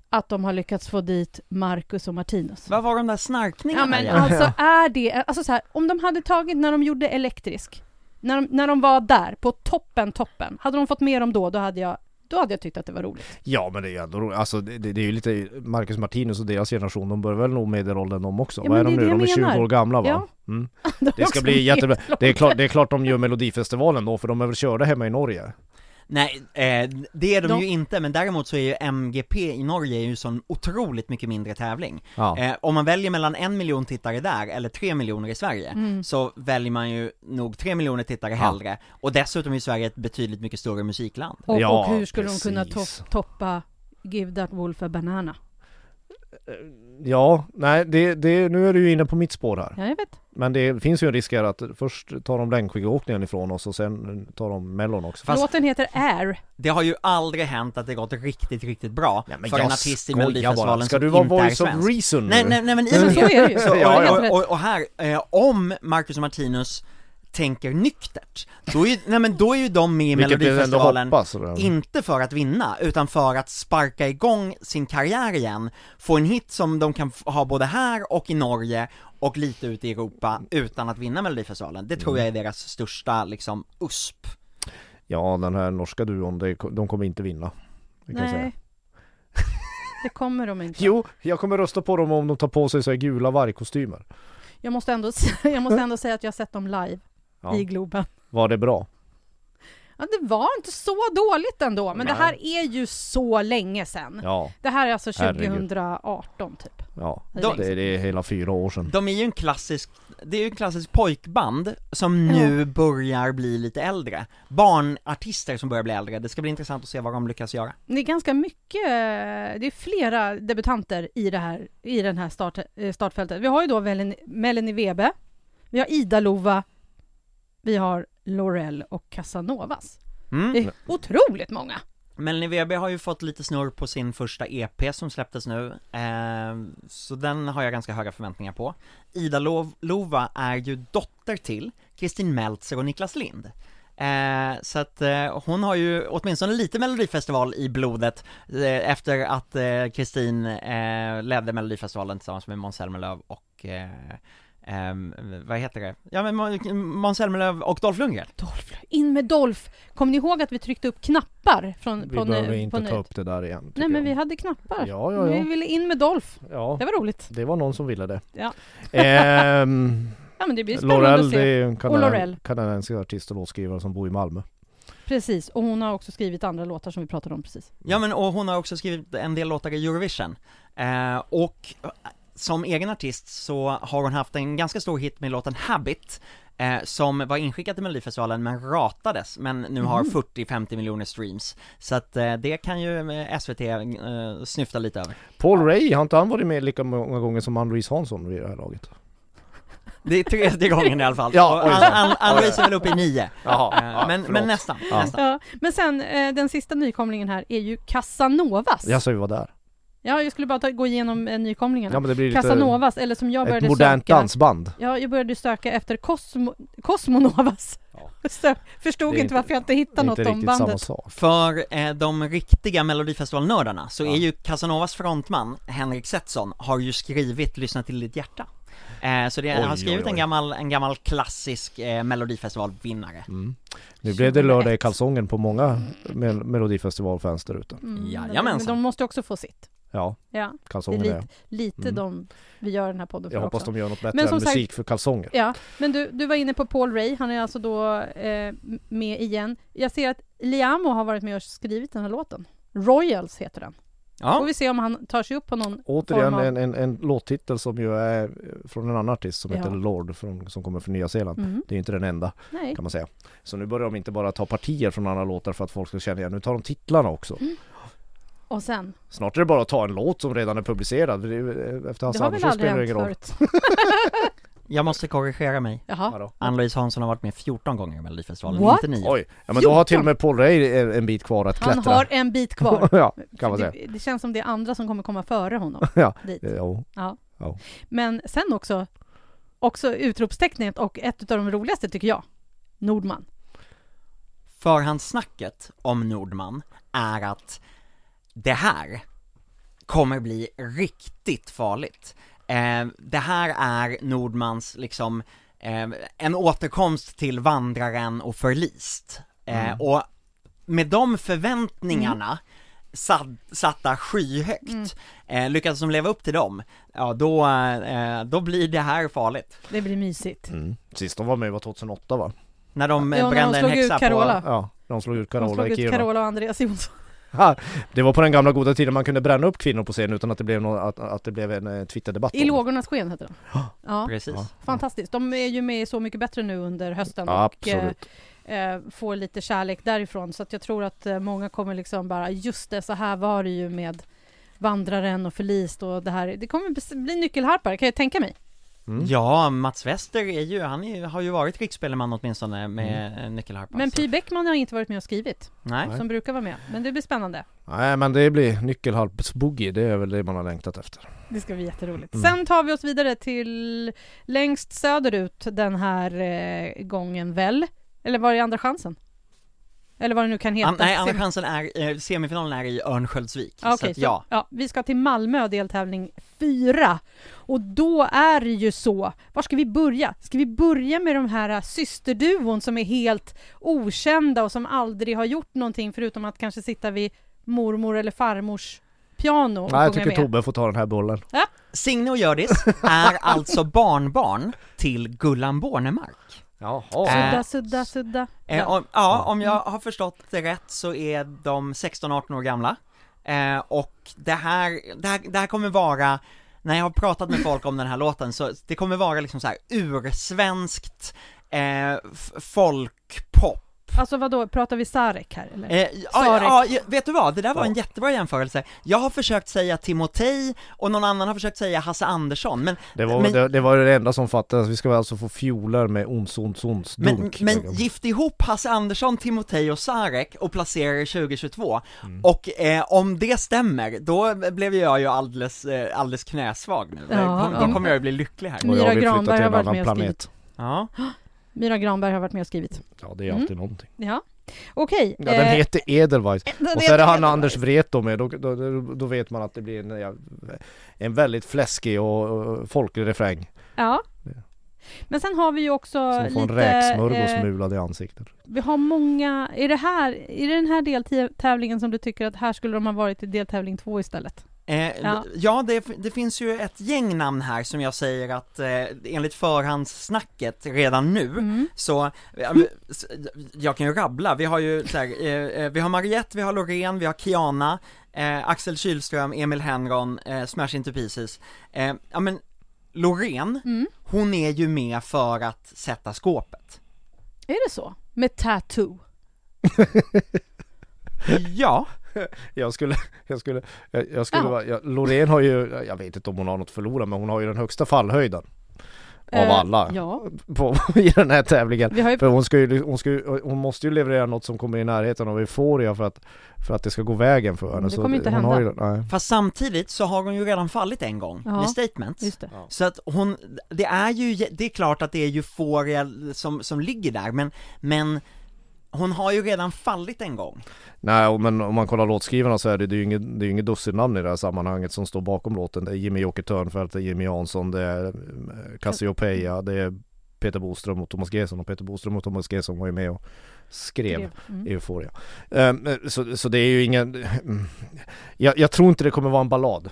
[SPEAKER 2] att de har lyckats få dit Marcus och Martinus.
[SPEAKER 4] Vad var de där snarkningarna
[SPEAKER 2] Ja men
[SPEAKER 4] igen?
[SPEAKER 2] alltså är det, alltså så här, om de hade tagit när de gjorde elektrisk, när de, när de var där på toppen, toppen, hade de fått med dem då, då hade jag, då hade jag tyckt att det var roligt.
[SPEAKER 3] Ja men det är ju ändå roligt, alltså det, det, det är ju lite Marcus Martinus och deras generation, de börjar väl nå medelåldern de också?
[SPEAKER 2] Ja,
[SPEAKER 3] Vad är
[SPEAKER 2] men
[SPEAKER 3] de
[SPEAKER 2] det är det
[SPEAKER 3] nu? De är
[SPEAKER 2] jag
[SPEAKER 3] 20
[SPEAKER 2] menar.
[SPEAKER 3] år gamla va?
[SPEAKER 2] Ja.
[SPEAKER 3] Mm.
[SPEAKER 2] De har
[SPEAKER 3] Det ska
[SPEAKER 2] också
[SPEAKER 3] bli
[SPEAKER 2] med
[SPEAKER 3] jättebra.
[SPEAKER 2] dem.
[SPEAKER 3] Det är, klart, det är klart de gör Melodifestivalen då, för de är väl körda hemma i Norge?
[SPEAKER 4] Nej, eh, det är de,
[SPEAKER 2] De-
[SPEAKER 4] ju inte, men däremot så är ju MGP i Norge ju en sån otroligt mycket mindre tävling.
[SPEAKER 3] Ja.
[SPEAKER 4] Eh, om man väljer mellan en miljon tittare där, eller tre miljoner i Sverige,
[SPEAKER 2] Mm.
[SPEAKER 4] så väljer man ju nog tre miljoner tittare hellre. Och dessutom är ju Sverige ett betydligt mycket större musikland.
[SPEAKER 2] Och,
[SPEAKER 3] Ja,
[SPEAKER 2] och hur skulle de kunna
[SPEAKER 3] precis.
[SPEAKER 2] to- toppa Give That Wolf a Banana?
[SPEAKER 3] Ja, nej, det, det, nu är du ju inne på mitt spår här.
[SPEAKER 2] Ja, jag vet.
[SPEAKER 3] Men det finns ju en risk här att först tar de längdskidåkningen ifrån oss och sen tar de Mellon också.
[SPEAKER 4] Fast-
[SPEAKER 2] Låten heter Air.
[SPEAKER 4] Det har ju aldrig hänt att det gått riktigt, riktigt bra för en artist i
[SPEAKER 3] skojar
[SPEAKER 4] Melodifestivalen
[SPEAKER 3] Ska
[SPEAKER 4] som
[SPEAKER 3] du vara
[SPEAKER 4] inte är
[SPEAKER 3] voice of
[SPEAKER 4] svensk.
[SPEAKER 3] reason
[SPEAKER 4] Nej,
[SPEAKER 3] nu?
[SPEAKER 4] nej, nej men i
[SPEAKER 2] Nej, men så är det ju.
[SPEAKER 4] Så, och,
[SPEAKER 3] Ja, ja.
[SPEAKER 2] Helt rätt.
[SPEAKER 4] Mm. Och, och, och här, eh, om Marcus och Martinus tänker nyktert, då är ju, nej men då är ju de med i
[SPEAKER 3] Vilket vi ändå
[SPEAKER 4] Melodifestivalen
[SPEAKER 3] hoppas. alltså. eller?
[SPEAKER 4] inte för att vinna, utan för att sparka igång sin karriär igen, få en hit som de kan f- ha både här och i Norge och lite ute i Europa utan att vinna Melodifestivalen. Det
[SPEAKER 3] Mm.
[SPEAKER 4] tror jag är deras största liksom USP.
[SPEAKER 3] Ja, den här norska duon, det, de kommer inte vinna. Det kan jag säga.
[SPEAKER 2] Nej. Det kommer de inte.
[SPEAKER 3] Jo, jag kommer rösta på dem om de tar på sig så här gula vargkostymer.
[SPEAKER 2] Jag måste ändå, s- jag måste ändå säga att jag har sett dem live
[SPEAKER 3] Ja.
[SPEAKER 2] i Globen.
[SPEAKER 3] Var det bra?
[SPEAKER 2] Ja, det var inte så dåligt ändå, men
[SPEAKER 3] Nej.
[SPEAKER 2] det här är ju så länge sedan.
[SPEAKER 3] Ja,
[SPEAKER 2] Det här är alltså
[SPEAKER 3] Herregud.
[SPEAKER 2] 2018 typ.
[SPEAKER 3] ja.
[SPEAKER 2] De-
[SPEAKER 3] Det, det är hela fyra år sedan.
[SPEAKER 4] De är ju en klassisk, det är ju en klassisk pojkband som nu börjar bli lite äldre. Barnartister som börjar bli äldre, det ska bli intressant att se vad de lyckas göra.
[SPEAKER 2] Det är ganska mycket, det är flera debutanter i det här, i den här start, eh, startfältet. Vi har ju då Melanie- Melanie Webe, vi har Ida-Lova, vi har Laurel och Casanovas.
[SPEAKER 4] Mm.
[SPEAKER 2] Det är otroligt många!
[SPEAKER 4] Melanie VB har ju fått lite snurr på sin första EP som släpptes nu, eh, så den har jag ganska höga förväntningar på. Ida Lov- Lova är ju dotter till Kristin Meltzer och Niklas Lind. Eh, så att eh, hon har ju åtminstone lite melodifestival i blodet eh, efter att eh, Kristin eh, ledde melodifestivalen tillsammans med Måns Zelmerlöw och eh, ehm, vad heter det? Ja men Må- Måns Zelmerlöw och Dolph Lundgren.
[SPEAKER 2] Dolph, in med Dolph! Kommer ni ihåg att vi tryckte upp knappar? Från,
[SPEAKER 3] Vi
[SPEAKER 2] på
[SPEAKER 3] behöver
[SPEAKER 2] ny, på
[SPEAKER 3] inte
[SPEAKER 2] nytt?
[SPEAKER 3] ta upp det där igen tycker
[SPEAKER 2] Nej men vi
[SPEAKER 3] jag.
[SPEAKER 2] hade knappar.
[SPEAKER 3] Ja, ja,
[SPEAKER 2] Vi
[SPEAKER 3] ja.
[SPEAKER 2] ville in med Dolph.
[SPEAKER 3] ja
[SPEAKER 2] Det var roligt.
[SPEAKER 3] Det var någon som ville det
[SPEAKER 2] Ja.
[SPEAKER 3] Ehm,
[SPEAKER 2] Ja men det blir spännande
[SPEAKER 3] Laurel
[SPEAKER 2] att
[SPEAKER 3] det
[SPEAKER 2] se.
[SPEAKER 3] är en
[SPEAKER 2] Och Laurel.
[SPEAKER 3] kanan- kanadensisk artist och låtskrivare som bor i Malmö
[SPEAKER 2] Precis, och hon har också skrivit andra låtar som vi pratade om precis.
[SPEAKER 4] Ja men och hon har också skrivit en del låtar i Eurovision. Eh, och eh, som egen artist så har hon haft en ganska stor hit med låten Habit, eh, som var inskickad till Melodifestivalen men ratades, men nu har
[SPEAKER 3] Mhm.
[SPEAKER 4] 40-50 miljoner streams. Så att eh, det kan ju eh, SVT eh, snyfta lite över.
[SPEAKER 3] Paul Ray, har inte han varit med lika många gånger som Ann-Louise Hansson vid det här laget?
[SPEAKER 4] Det är tredje gången i alla fall.
[SPEAKER 3] Ja,
[SPEAKER 4] Och
[SPEAKER 3] oj.
[SPEAKER 4] Ann- Ann- Ann-Louise är väl uppe i nio. Eh, men, men
[SPEAKER 3] förlåt.
[SPEAKER 4] nästan,
[SPEAKER 3] Ja.
[SPEAKER 4] nästan.
[SPEAKER 2] Ja, men sen eh, den sista nykomlingen här är ju Casanovas.
[SPEAKER 3] Jag sa ju var där.
[SPEAKER 2] Ja, jag skulle bara ta, gå igenom eh, nykomlingarna.
[SPEAKER 3] Ja men det blir lite
[SPEAKER 2] Casanovas, eller som jag
[SPEAKER 3] ett
[SPEAKER 2] började
[SPEAKER 3] modernt
[SPEAKER 2] söka.
[SPEAKER 3] dansband.
[SPEAKER 2] Ja, jag började söka efter Cosmo, Cosmonovas. Så Förstod
[SPEAKER 3] Det är
[SPEAKER 2] inte
[SPEAKER 3] inte-
[SPEAKER 2] varför jag inte
[SPEAKER 3] Det är
[SPEAKER 2] hittade
[SPEAKER 3] inte
[SPEAKER 2] något om
[SPEAKER 3] riktigt samma
[SPEAKER 2] bandet.
[SPEAKER 3] sak.
[SPEAKER 4] För eh, de riktiga melodifestivalnördarna så är ju Casanovas frontman Henrik Setsson har ju skrivit Lyssna till ditt hjärta eh, Så det, han har
[SPEAKER 3] Oj,
[SPEAKER 4] skrivit
[SPEAKER 3] oj,
[SPEAKER 4] En,
[SPEAKER 3] oj.
[SPEAKER 4] gammal, en gammal klassisk eh, melodifestivalvinnare
[SPEAKER 3] Mm. Nu blev det lördag i
[SPEAKER 2] 2001.
[SPEAKER 3] kalsongen på många mel- melodifestivalfans där ute.
[SPEAKER 2] Mm,
[SPEAKER 4] Jajamensan.
[SPEAKER 2] Men de måste också få sitt.
[SPEAKER 3] Ja,
[SPEAKER 2] Ja, det är
[SPEAKER 3] kalsongen är
[SPEAKER 2] lite, lite
[SPEAKER 3] Mm.
[SPEAKER 2] de vi gör den här podden för
[SPEAKER 3] Jag hoppas
[SPEAKER 2] också.
[SPEAKER 3] de gör något
[SPEAKER 2] Men
[SPEAKER 3] bättre
[SPEAKER 2] som
[SPEAKER 3] än
[SPEAKER 2] sagt-
[SPEAKER 3] musik för kalsonger.
[SPEAKER 2] Ja, men du, du var inne på Paul Ray, han är alltså då eh, med igen. Jag ser att Liamo har varit med och skrivit den här låten. Royals heter den. Får
[SPEAKER 4] Ja,
[SPEAKER 2] vi se om han tar sig upp på någon
[SPEAKER 3] Återigen
[SPEAKER 2] form av...
[SPEAKER 3] en, en, en låttitel som ju är eh, från en annan artist som
[SPEAKER 2] Ja.
[SPEAKER 3] heter Lord, från, som kommer från Nya Zeeland.
[SPEAKER 2] Mhm,
[SPEAKER 3] Det är ju inte den enda
[SPEAKER 2] nej.
[SPEAKER 3] kan man säga. Så nu börjar de inte bara ta partier från andra låtar för att folk ska känna igen, nu tar de titlarna också.
[SPEAKER 2] Och sen,
[SPEAKER 3] Snart är det bara att ta en låt som redan är publicerad. Det är- eh, Efter Hans
[SPEAKER 2] det har väl aldrig
[SPEAKER 3] Andersson Alltså, spelar det
[SPEAKER 2] hänt
[SPEAKER 3] ingen roll.
[SPEAKER 2] förut?
[SPEAKER 4] jag måste korrigera mig
[SPEAKER 2] Jaha.
[SPEAKER 3] Vadå?
[SPEAKER 4] Ann-Louise Hansson har varit med 14 gånger i melodifestivalen,
[SPEAKER 2] What?
[SPEAKER 4] inte 9
[SPEAKER 3] Oj, ja, men då har till och med Paul Ray en, en bit kvar att
[SPEAKER 2] Han
[SPEAKER 3] klättra.
[SPEAKER 2] har en bit kvar.
[SPEAKER 3] ja, kan man säga.
[SPEAKER 2] det, det känns som det är andra som kommer komma före honom
[SPEAKER 3] Ja.
[SPEAKER 2] dit.
[SPEAKER 3] Jo.
[SPEAKER 2] Men sen också, också utropstecknet och ett av de roligaste tycker jag, Nordman.
[SPEAKER 4] Förhandssnacket om Nordman är att det här kommer bli riktigt farligt. Eh, det här är Nordmans liksom eh, en återkomst till Vandraren och Förlist. Eh,
[SPEAKER 2] Mm.
[SPEAKER 4] Och med de förväntningarna sad- satta skyhögt,
[SPEAKER 2] Mm.
[SPEAKER 4] eh, lyckas de leva upp till dem, ja då, eh, då blir det här farligt.
[SPEAKER 2] Det blir mysigt.
[SPEAKER 3] Mm. Sist de var med var 2008 va?
[SPEAKER 4] När de eh,
[SPEAKER 2] Ja, när de
[SPEAKER 4] brände en
[SPEAKER 2] slog ut
[SPEAKER 4] häxa
[SPEAKER 2] Carola.
[SPEAKER 4] på...
[SPEAKER 3] Ja, de slog ut
[SPEAKER 2] De
[SPEAKER 3] Carola
[SPEAKER 2] slog
[SPEAKER 3] i
[SPEAKER 2] ut
[SPEAKER 3] Kiruna.
[SPEAKER 2] Carola och Andreas Jonsson.
[SPEAKER 3] Ha, det var på den gamla goda tiden man kunde bränna upp kvinnor på scen utan att det blev, någon, att, att det blev en eh, Twitterdebatt.
[SPEAKER 2] I
[SPEAKER 3] om det.
[SPEAKER 2] lågornas sken heter den. Ja,
[SPEAKER 4] Precis.
[SPEAKER 3] Ja.
[SPEAKER 2] fantastiskt. De är ju med i Så mycket bättre nu under hösten och eh,
[SPEAKER 3] Absolut.
[SPEAKER 2] eh, får lite kärlek därifrån. Så att jag tror att eh, många kommer liksom bara, just det, så här var det ju med Vandraren och Förlist och det här. Det kommer bes- bli nyckelharpar, kan jag tänka mig.
[SPEAKER 3] Mm.
[SPEAKER 4] Ja, Mats Wester är ju, han är, har ju varit riksspelman åtminstone med mm. nyckelharpa
[SPEAKER 2] Men
[SPEAKER 4] så-
[SPEAKER 2] Py Bäckman har inte varit med och skrivit,
[SPEAKER 4] Nej,
[SPEAKER 3] Alltså. Nej.
[SPEAKER 2] som brukar vara med. Men det blir spännande.
[SPEAKER 3] Nej men det blir nyckelharpsboogie, det är väl det man har längtat efter.
[SPEAKER 2] Det ska bli jätteroligt.
[SPEAKER 3] Mm.
[SPEAKER 2] Sen tar vi oss vidare till längst söderut den här eh, gången väl? Eller var det andra chansen? Eller vad det nu kan heta.
[SPEAKER 4] An, nej andra
[SPEAKER 2] Sem-
[SPEAKER 4] chansen är, eh, semifinalen är i Örnsköldsvik,
[SPEAKER 2] Ja,
[SPEAKER 4] så
[SPEAKER 2] Okej,
[SPEAKER 4] att, ja.
[SPEAKER 2] ja, vi ska till Malmö deltävling 4. Och då är det ju så, var ska vi börja? Ska vi börja med de här eh, systerduon som är helt okända och som aldrig har gjort någonting förutom att kanske sitta vid mormor eller farmors piano och
[SPEAKER 3] Nej jag
[SPEAKER 2] sjunga
[SPEAKER 3] tycker
[SPEAKER 2] med?
[SPEAKER 3] Tobbe får ta den här bollen.
[SPEAKER 4] Signe och Hjördis är alltså barnbarn till Gullan Bornemark.
[SPEAKER 3] Jaha.
[SPEAKER 4] Äh.
[SPEAKER 2] Sudda, sudda, sudda.
[SPEAKER 4] Eh, om, ja, om jag har förstått det rätt så är de 16-18 år gamla. Eh, och det här, det här, det här kommer vara, när jag har pratat med folk om den här låten så det kommer vara liksom så här ursvenskt eh, f- folkpop.
[SPEAKER 2] Alltså vadå, pratar vi Sarek här eller?
[SPEAKER 4] Eh, ja,
[SPEAKER 2] Sarek.
[SPEAKER 4] ja, ja, vet du vad? Det där var en jättebra jämförelse. Jag har försökt säga Timotej och någon annan har försökt säga Hasse Andersson, men,
[SPEAKER 3] Det var,
[SPEAKER 4] men,
[SPEAKER 3] det, det var det enda som fattades, vi ska alltså få fjolar med ons, ons, ons,
[SPEAKER 4] men,
[SPEAKER 3] dunk
[SPEAKER 4] men gift ihop Hasse Andersson, Timotej och Sarek och placera er 2022.
[SPEAKER 3] Mm.
[SPEAKER 4] Och eh, om det stämmer, då blev jag ju alldeles, eh, alldeles knäsvag nu.
[SPEAKER 2] Ja,
[SPEAKER 4] då,
[SPEAKER 2] ja.
[SPEAKER 4] då kommer jag ju bli lycklig här.
[SPEAKER 3] Och jag
[SPEAKER 2] Myra
[SPEAKER 3] vill
[SPEAKER 2] Granberg
[SPEAKER 3] flytta till
[SPEAKER 2] har
[SPEAKER 3] en
[SPEAKER 2] varit
[SPEAKER 3] annan
[SPEAKER 2] med och
[SPEAKER 3] planet
[SPEAKER 4] Ja.
[SPEAKER 2] Myra Granberg har varit med och skrivit.
[SPEAKER 3] Ja det är alltid någonting
[SPEAKER 2] Ja, okej.
[SPEAKER 3] Ja den
[SPEAKER 2] Mm. eh,
[SPEAKER 3] heter Edelweiss
[SPEAKER 2] den
[SPEAKER 3] Och så
[SPEAKER 2] heter
[SPEAKER 3] är det han
[SPEAKER 2] Edelweiss.
[SPEAKER 3] Anders Wreto med, då, då, då, då vet man att det blir en, ja, en väldigt fläskig och, och folklig refräng
[SPEAKER 2] Ja. Men sen har vi ju också
[SPEAKER 3] Som får en
[SPEAKER 2] lite...
[SPEAKER 3] räksmörgås
[SPEAKER 2] eh,
[SPEAKER 3] mulad i ansiktet
[SPEAKER 2] Vi har många, är det här, är det den här deltävlingen som du tycker att här skulle de ha varit i deltävling två istället?
[SPEAKER 4] Eh,
[SPEAKER 2] Ja.
[SPEAKER 4] ja, det, det finns ju ett gäng namn här som jag säger att eh, enligt förhandssnacket redan nu
[SPEAKER 2] Mm.
[SPEAKER 4] så, eh, s- jag kan ju rabbla, vi har ju så här, eh, eh, vi har Mariette, vi har Loreen, vi har Kiana, eh, Axel Kylström, Emil Henron, eh, Smash Into Pieces. Eh, ja men Loreen,
[SPEAKER 2] Mm.
[SPEAKER 4] hon är ju med för att sätta skåpet.
[SPEAKER 2] Är det så? Med tattoo?
[SPEAKER 4] Ja,
[SPEAKER 3] Jag skulle, jag skulle, jag, jag skulle
[SPEAKER 2] Ja.
[SPEAKER 3] vara, jag, Loreen har ju, jag vet inte om hon har något att förlora men hon har ju den högsta fallhöjden Av
[SPEAKER 2] Eh,
[SPEAKER 3] alla
[SPEAKER 2] Ja.
[SPEAKER 3] på, i den här tävlingen
[SPEAKER 2] Vi har ju,
[SPEAKER 3] För hon ska ju, hon ska ju, hon måste ju leverera något som kommer i närheten av euforia för att, för att det ska gå vägen för henne
[SPEAKER 2] Det kommer inte
[SPEAKER 3] hon Har ju,
[SPEAKER 2] hända.
[SPEAKER 3] den- nej.
[SPEAKER 4] fast samtidigt så har hon ju redan fallit en gång
[SPEAKER 2] Ja.
[SPEAKER 4] med statements.
[SPEAKER 2] just det.
[SPEAKER 4] Så att hon, det är ju, det är klart att det är Euphoria som, som ligger där, men, men hon har ju redan fallit en gång.
[SPEAKER 3] nej, och- men om man kollar låtskrivarna så är det, det är ju inget, det är ju inget dussinamn i det här sammanhanget som står bakom låten Det är Jimmy-Jocke Törnfeldt, det är Jimmy Jansson, det är eh, Cassiopeia, det är Peter Boström och Thomas Gesson och Peter Boström och Thomas Gesson var ju med och skrev
[SPEAKER 2] Mm.
[SPEAKER 3] Euphoria. Ehm, så, så det är ju ingen... eh, Jag, jag tror inte det kommer vara en ballad.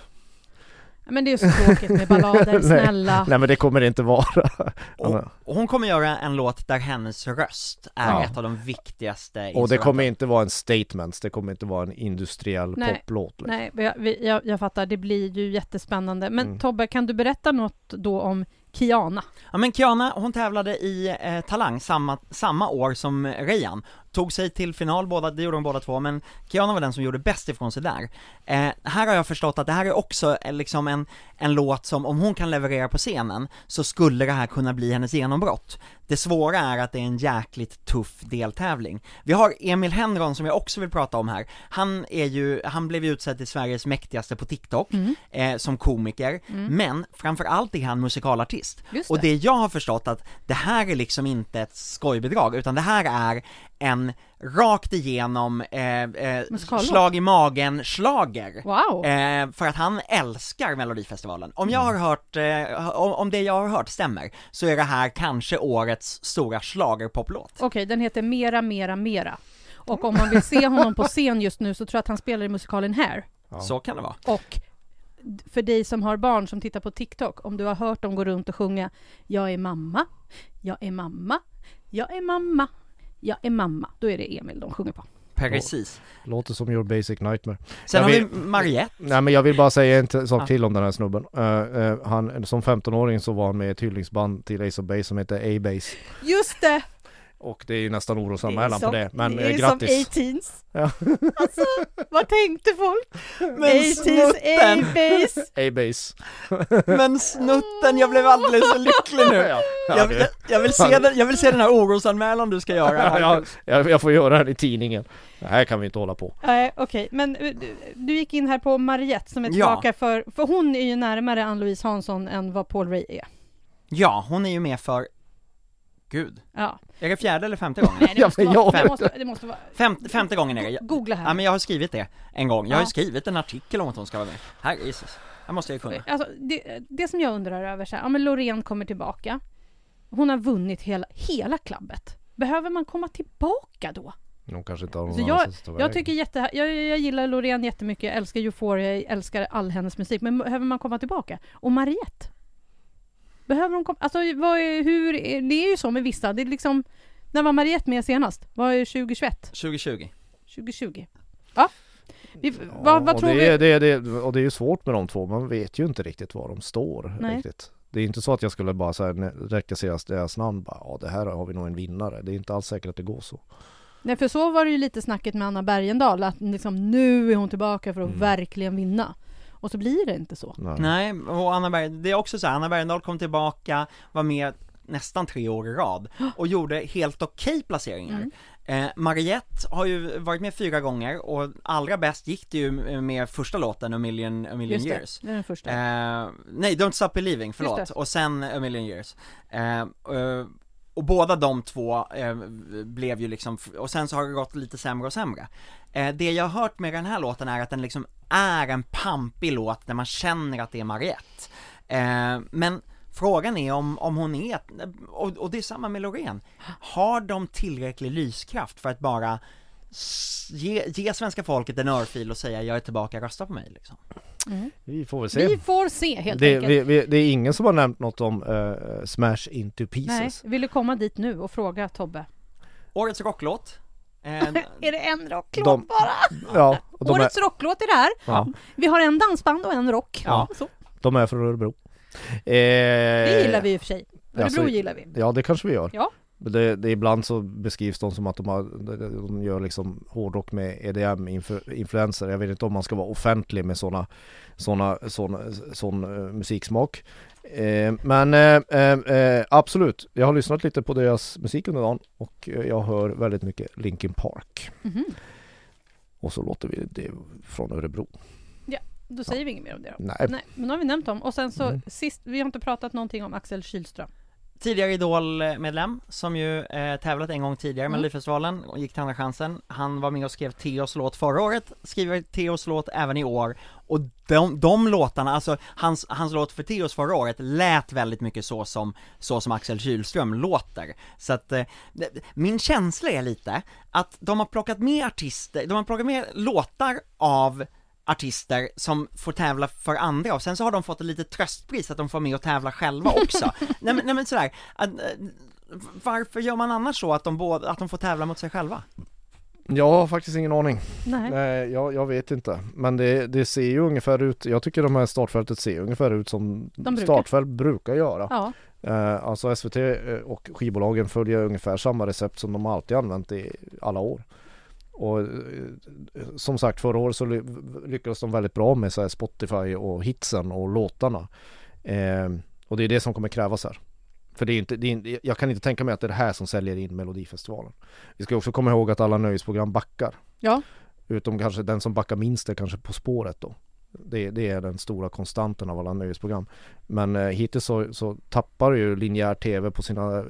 [SPEAKER 2] Men det är så tråkigt med ballader,
[SPEAKER 3] Nej.
[SPEAKER 2] snälla.
[SPEAKER 3] Nej men det kommer det inte vara.
[SPEAKER 4] Och, och hon kommer göra en låt där hennes röst är
[SPEAKER 3] Ja.
[SPEAKER 4] ett av de viktigaste
[SPEAKER 3] Och det
[SPEAKER 4] instrumenten.
[SPEAKER 3] kommer inte vara en statement, det kommer inte vara en industriell
[SPEAKER 2] Nej.
[SPEAKER 3] poplåt. liksom.
[SPEAKER 2] Nej, men jag, vi- jag, jag fattar, det blir ju jättespännande. Men
[SPEAKER 3] Mm.
[SPEAKER 2] Tobbe, kan du berätta något då om Kiana?
[SPEAKER 4] Ja men Kiana, hon tävlade i eh, Talang samma, samma år som Rejan. Tog sig till final båda, det gjorde de båda två, men Kiana var den som gjorde bäst ifrån sig där. Eh, här har jag förstått att det här är också eh, liksom en, en låt som, om hon kan leverera på scenen, så skulle det här kunna bli hennes genombrott. Det svåra är att det är en jäkligt tuff deltävling. Vi har Emil Henron som jag också vill prata om här. Han är ju, han blev ju utsedd till Sveriges mäktigaste på TikTok, eh, som komiker, men framförallt är han musikalartist.
[SPEAKER 2] Just
[SPEAKER 4] Och
[SPEAKER 2] det.
[SPEAKER 4] det jag har förstått att det här är liksom inte ett skojbidrag, utan det här är en rakt igenom eh, eh,
[SPEAKER 2] Musikallåt.
[SPEAKER 4] slag i magen slager
[SPEAKER 2] Wow!
[SPEAKER 4] Eh, för att han älskar Melodifestivalen. Om jag har
[SPEAKER 3] Mm.
[SPEAKER 4] hört, eh, om, om det jag har hört stämmer, så är det här kanske årets stora schlagerpoplåt.
[SPEAKER 2] Okej, den heter Mera, Mera, Mera. Och om man vill se honom på scen just nu så tror jag att han spelar i musikalen Hair.
[SPEAKER 3] Ja.
[SPEAKER 4] Så kan det vara.
[SPEAKER 2] Och för dig som har barn som tittar på TikTok, om du har hört dem gå runt och sjunga Jag är mamma, jag är mamma, jag är mamma, jag är mamma. Då är det Emil de sjunger på.
[SPEAKER 4] Precis.
[SPEAKER 3] Låter som Your Basic Nightmare.
[SPEAKER 4] Sen
[SPEAKER 3] Jag
[SPEAKER 4] har vi
[SPEAKER 3] vet-
[SPEAKER 4] Mariette.
[SPEAKER 3] Nej men jag vill bara säga en t- sak
[SPEAKER 4] Ja.
[SPEAKER 3] till om den här snubben. Eh, eh, han, som 15-åring så var han med i ett hyllningsband till Ace of Base som heter A-Base.
[SPEAKER 2] Just det!
[SPEAKER 3] Och det är ju nästan orosanmälan på det. Men eh, grattis!
[SPEAKER 2] som 18s.
[SPEAKER 3] Ja.
[SPEAKER 2] Alltså, vad tänkte folk?
[SPEAKER 4] Men snutten,
[SPEAKER 2] A-base.
[SPEAKER 3] A-Base.
[SPEAKER 4] men snutten, jag blev alldeles så lycklig nu.
[SPEAKER 3] Ja, ja,
[SPEAKER 4] Jag,
[SPEAKER 3] det-
[SPEAKER 4] jag, jag, vill se den, jag vill se den här orosanmälan du ska göra.
[SPEAKER 3] ja, ja, jag, jag får göra det i tidningen. Det här kan vi inte hålla på.
[SPEAKER 2] Nej, okej, men eh, du, du gick in här på Mariette som är
[SPEAKER 4] Ja.
[SPEAKER 2] tillbaka för, för hon är ju närmare Ann-Louise Hansson än vad Paul Ray är.
[SPEAKER 4] Ja, hon är ju med för... Gud.
[SPEAKER 2] Ja.
[SPEAKER 4] Är det fjärde eller femte gången?
[SPEAKER 2] Nej, det
[SPEAKER 3] Ja,
[SPEAKER 2] måste
[SPEAKER 3] men
[SPEAKER 2] vara,
[SPEAKER 3] jag-
[SPEAKER 2] det måste, det måste vara,
[SPEAKER 4] Femte, femte gången är det. Jag,
[SPEAKER 2] googla
[SPEAKER 4] ja,
[SPEAKER 2] här.
[SPEAKER 4] men jag har skrivit det en gång. Jag har ju
[SPEAKER 2] Ja.
[SPEAKER 4] skrivit en artikel om att hon ska vara med. Här, Jesus. Här måste jag ju kunna.
[SPEAKER 2] Alltså, det, det som jag undrar över så här, ja men Loreen kommer tillbaka. Hon har vunnit hela, hela klabbet. Behöver man komma tillbaka då?
[SPEAKER 3] De kanske inte har någon
[SPEAKER 2] Så jag,
[SPEAKER 3] annanstans att ta
[SPEAKER 2] jag
[SPEAKER 3] vägen.
[SPEAKER 2] tycker jätte, jag, jag gillar Loreen jättemycket, jag älskar Euphoria, jag älskar all hennes musik, men behöver man komma tillbaka? Och Mariette? Behöver hon komma, alltså vad är, hur, är- det är ju så med vissa, det är liksom, när var Mariette med senast? Var är 2021?
[SPEAKER 4] 2020.
[SPEAKER 2] 2020? Ja. Vi,
[SPEAKER 3] Ja,
[SPEAKER 2] vad, vad
[SPEAKER 3] och
[SPEAKER 2] tror
[SPEAKER 3] det,
[SPEAKER 2] vi?
[SPEAKER 3] är- det, är- det, är- och det är ju svårt med de två, man vet ju inte riktigt var de står
[SPEAKER 2] Nej.
[SPEAKER 3] riktigt. Det är inte så att jag skulle bara så här, ne- recensera deras namn bara, ja det här har vi nog en vinnare. Det är inte alls säkert att det går så.
[SPEAKER 2] Nej, för så var det ju lite snacket med Anna Bergendahl, att liksom, nu är hon tillbaka för att
[SPEAKER 3] Mm.
[SPEAKER 2] verkligen vinna. Och så blir det inte så.
[SPEAKER 3] Nej.
[SPEAKER 4] Nej, och Anna Berg, det är också så här, Anna Bergendahl kom tillbaka, var med nästan tre år i rad och gjorde helt okej placeringar.
[SPEAKER 2] Mm.
[SPEAKER 4] Eh, Mariette har ju varit med fyra gånger och allra bäst gick det ju med första låten A Million, A Million
[SPEAKER 2] Just det,
[SPEAKER 4] Years.
[SPEAKER 2] det är den första.
[SPEAKER 4] Eh, nej, Don't Stop Believing, förlåt,
[SPEAKER 2] Just det.
[SPEAKER 4] och sen A Million Years. Eh, eh, och båda de två eh, blev ju liksom, och sen så har det gått lite sämre och sämre. Eh, det jag har hört med den här låten är att den liksom är en pampig låt där man känner att det är Mariette. Eh, men frågan är om, om hon är, och, och det är samma med Loreen, har de tillräcklig lyskraft för att bara s- Ge, ge svenska folket en örfil och säga jag är tillbaka, rösta på mig liksom.
[SPEAKER 3] Vi får väl se.
[SPEAKER 2] Vi får se helt
[SPEAKER 3] det,
[SPEAKER 2] enkelt.
[SPEAKER 3] vi, vi, det är ingen som har nämnt något om eh, Smash Into
[SPEAKER 2] Nej,
[SPEAKER 3] Pieces.
[SPEAKER 2] vill du komma dit nu och fråga Tobbe?
[SPEAKER 4] Årets rocklåt. Eh,
[SPEAKER 2] Är det en rocklåt
[SPEAKER 3] De-
[SPEAKER 2] bara?
[SPEAKER 3] Ja, och de, är,
[SPEAKER 2] Årets rocklåt är det här.
[SPEAKER 3] Ja.
[SPEAKER 2] Vi har en dansband och en rock.
[SPEAKER 4] Ja.
[SPEAKER 2] Så.
[SPEAKER 3] de är från Örebro. Eh,
[SPEAKER 2] Det gillar vi i och för sig. Örebro
[SPEAKER 3] alltså-
[SPEAKER 2] gillar vi.
[SPEAKER 3] Ja, det kanske vi gör.
[SPEAKER 2] Ja.
[SPEAKER 3] Men det, det, ibland så beskrivs de som att de, har, de gör liksom hårdrock med EDM-influenser. Jag vet inte om man ska vara offentlig med sådana såna, såna, sån eh, musiksmak. Eh, men eh, eh, eh, absolut, jag har lyssnat lite på deras musik under dagen och eh, jag hör väldigt mycket Linkin Park.
[SPEAKER 2] Mhm.
[SPEAKER 3] Och så låter vi det från Örebro.
[SPEAKER 2] Då säger vi inget mer om det då.
[SPEAKER 3] Nej,
[SPEAKER 2] Nej, men nu har vi nämnt dem. Och sen så
[SPEAKER 3] Mm.
[SPEAKER 2] sist, vi har inte pratat någonting om Axel Kylström.
[SPEAKER 4] tidigare Idol-medlem som ju eh, tävlat en gång tidigare med
[SPEAKER 2] Mm.
[SPEAKER 4] Melodifestivalen och gick till Andra chansen. Han var med och skrev Theos låt förra året, skriver Theos låt även i år och de, de låtarna, alltså hans, hans låt för Theos förra året lät väldigt mycket så som, så som Axel Kylström låter. Så att, eh, det- min känsla är lite att de har plockat med artister, de har plockat med låtar av artister som får tävla för andra och sen så har de fått ett litet tröstpris att de får med och tävla själva också. nej, men, nej men sådär, att, eh, varför gör man annars så att de, båda, att de får tävla mot sig själva?
[SPEAKER 3] jag har faktiskt ingen aning.
[SPEAKER 2] Nej.
[SPEAKER 3] Nej, jag, jag vet inte. Men det, det ser ju ungefär ut, jag tycker de här startfältet ser ungefär ut som
[SPEAKER 2] De brukar.
[SPEAKER 3] startfält brukar göra.
[SPEAKER 2] Ja.
[SPEAKER 3] Eh, alltså SVT eh, och skivbolagen följer ungefär samma recept som de alltid använt i alla år. Och eh, som sagt förra året så ly- lyckades de väldigt bra med så här Spotify och hitsen och låtarna. Eh, och det är det som kommer krävas här. För det är inte, det är, inte- jag kan inte tänka mig att det är det här som säljer in Melodifestivalen. Vi ska också komma ihåg att alla nöjesprogram backar.
[SPEAKER 2] Ja.
[SPEAKER 3] Utom kanske den som backar minst är kanske På spåret då. Det, det är den stora konstanten av alla nöjesprogram. Men eh, hittills så, så tappar ju linjär tv på sina eh,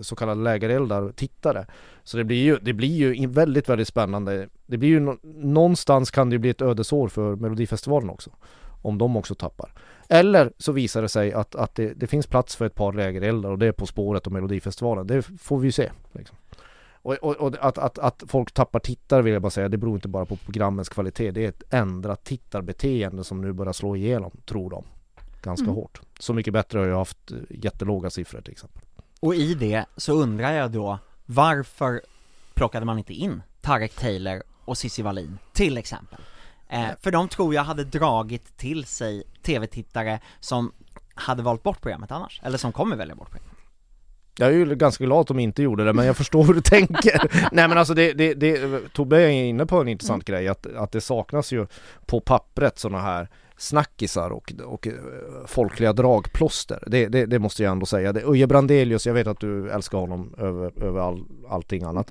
[SPEAKER 3] så kallade lägereldar tittare. Så det blir ju, det blir ju in- väldigt, väldigt spännande. Det blir ju nå- någonstans kan det ju bli ett ödesår för Melodifestivalen också. Om de också tappar. Eller så visar det sig att, att det, det finns plats för ett par lägereldar och det är På spåret och Melodifestivalen. Det får vi ju se. Liksom. Och, och, och att, att, att folk tappar tittare vill jag bara säga, det beror inte bara på programmens kvalitet. Det är ett ändrat tittarbeteende som nu börjar slå igenom, tror de. Ganska
[SPEAKER 2] Mm.
[SPEAKER 3] hårt. Så mycket bättre har jag haft eh, jättelåga siffror till exempel.
[SPEAKER 4] Och i det så undrar jag då, varför plockade man inte in Tarek Taylor och Cissi Wallin till exempel? Eh, för de tror jag hade dragit till sig tv-tittare som hade valt bort programmet annars, eller som kommer välja bort programmet.
[SPEAKER 3] Jag är ju ganska glad att de inte gjorde det, men jag förstår hur du tänker. Nej men alltså det, det, det Tobbe är inne på en intressant
[SPEAKER 2] Mm.
[SPEAKER 3] grej, att, att det saknas ju på pappret sådana här snackisar och, och eh, folkliga dragplåster. Det, det, det måste jag ändå säga. Det, Uje Brandelius, jag vet att du älskar honom över, över all, allting annat.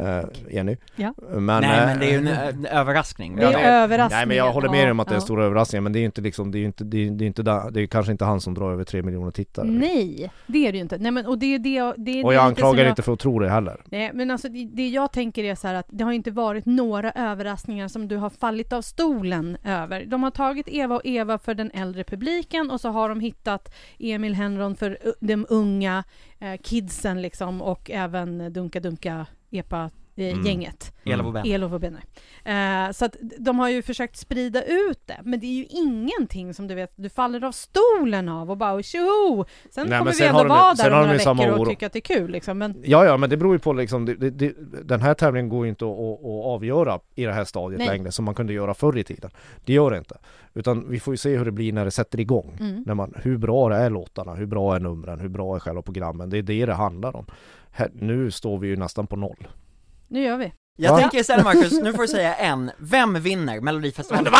[SPEAKER 3] Eh, Jenny?
[SPEAKER 2] Ja.
[SPEAKER 3] Men,
[SPEAKER 4] Nej
[SPEAKER 3] eh,
[SPEAKER 4] men det är ju en, en överraskning.
[SPEAKER 2] Det är
[SPEAKER 3] Ja, det-
[SPEAKER 2] överraskningar.
[SPEAKER 3] Nej men jag håller med dig om att det är
[SPEAKER 2] Ja.
[SPEAKER 3] en stor överraskning, men det är ju inte liksom, det är ju inte, det är, det är inte där, det är kanske inte han som drar över tre miljoner tittare.
[SPEAKER 2] Nej, det är det ju inte. Nej, men, och det är det jag... Det är
[SPEAKER 3] Och
[SPEAKER 2] det
[SPEAKER 3] jag
[SPEAKER 2] lite som
[SPEAKER 3] anklagar
[SPEAKER 2] jag-
[SPEAKER 3] inte för att tro det heller.
[SPEAKER 2] Nej, men alltså det, det jag tänker är så här att det har inte varit några överraskningar som du har fallit av stolen över. De har tagit Eva och Eva för den äldre publiken och så har de hittat Emil Henron för u- de unga eh, kidsen liksom och även Dunka Dunka eh,
[SPEAKER 3] Mm.
[SPEAKER 2] EPA-gänget.
[SPEAKER 4] Ela Bobén.
[SPEAKER 2] Elof och Bene. Eh, så att de har ju försökt sprida ut det, men det är ju ingenting som du vet, du faller av stolen av och bara tjoho! Sen kommer
[SPEAKER 3] Nej, men
[SPEAKER 2] vi
[SPEAKER 3] sen
[SPEAKER 2] ändå
[SPEAKER 3] har de ju-
[SPEAKER 2] vara
[SPEAKER 3] sen
[SPEAKER 2] där om
[SPEAKER 3] har de
[SPEAKER 2] några
[SPEAKER 3] ju samma
[SPEAKER 2] veckor och
[SPEAKER 3] oro.
[SPEAKER 2] tycka att det är kul liksom, men
[SPEAKER 3] Ja, ja, men det beror ju på liksom, det, det, det, den här tävlingen går ju inte att, att, att avgöra i det här stadiet
[SPEAKER 2] Nej.
[SPEAKER 3] längre som man kunde göra förr i tiden. Det gör det inte. Utan vi får ju se hur det blir när det sätter igång.
[SPEAKER 2] mm.
[SPEAKER 3] När man, hur bra är låtarna, hur bra är numren, hur bra är själva programmen. Det är det det handlar om. Här, nu står vi ju nästan på noll.
[SPEAKER 2] Nu gör vi.
[SPEAKER 4] Jag
[SPEAKER 3] Va?
[SPEAKER 4] tänker istället Marcus, nu får du säga en, vem vinner Melodifestivalen?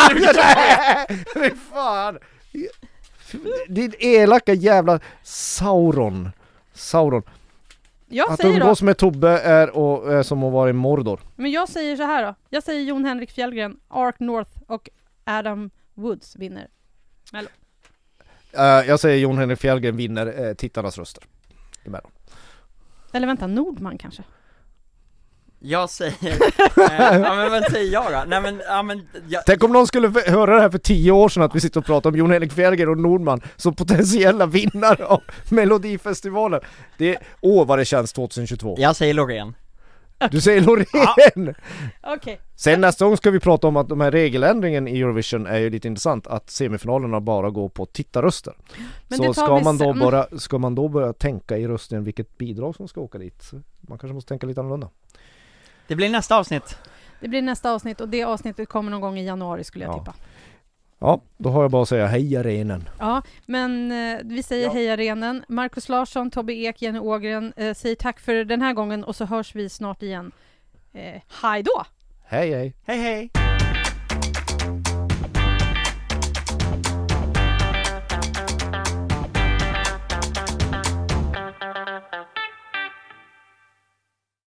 [SPEAKER 3] Fy fan! Din elaka jävla Sauron Sauron
[SPEAKER 2] Jag
[SPEAKER 3] Att
[SPEAKER 2] säger då,
[SPEAKER 3] umgås med Tobbe är och, är som att vara i Mordor
[SPEAKER 2] men jag säger så här då. Jag säger Jon Henrik Fjällgren, Ark North och Adam Woods vinner.
[SPEAKER 3] Eh, Jag säger Jon Henrik Fjällgren vinner eh, tittarnas röster emellan.
[SPEAKER 2] Eller vänta, Nordman kanske?
[SPEAKER 4] Jag säger, eh, ja men vad säger jag då? Nej men, ja men, jag,
[SPEAKER 3] Tänk om någon skulle f- höra det här för tio år sedan att vi sitter och pratar om Jon Henrik Fjällgren och Nordman som potentiella vinnare av Melodifestivalen Det, åh vad det känns 2022
[SPEAKER 4] jag säger Loreen
[SPEAKER 3] Du säger Loreen!
[SPEAKER 2] Okej.
[SPEAKER 3] Sen nästa gång ska vi prata om att de här regeländringen i Eurovision är ju lite intressant att semifinalerna bara går på tittarröster.
[SPEAKER 2] Men
[SPEAKER 3] så
[SPEAKER 2] det tar
[SPEAKER 3] ska
[SPEAKER 2] vi
[SPEAKER 3] man, då
[SPEAKER 2] sen.
[SPEAKER 3] bara, ska man då börja tänka i rösten vilket bidrag som ska åka dit? Man kanske måste tänka lite annorlunda.
[SPEAKER 4] Det blir nästa avsnitt
[SPEAKER 2] Det blir nästa avsnitt och det avsnittet kommer någon gång i januari skulle jag
[SPEAKER 3] Ja.
[SPEAKER 2] tippa.
[SPEAKER 3] Ja, då har jag bara att säga hej renen.
[SPEAKER 2] Ja, men eh, vi säger hej arenen. Markus Larsson, Tobbe Ek, Jenny Ågren eh, säger tack för den här gången och så hörs vi snart igen. Eh, hej då!
[SPEAKER 3] Hej hej!
[SPEAKER 4] Hej hej!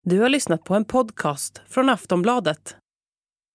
[SPEAKER 1] Du har lyssnat på en podcast från Aftonbladet.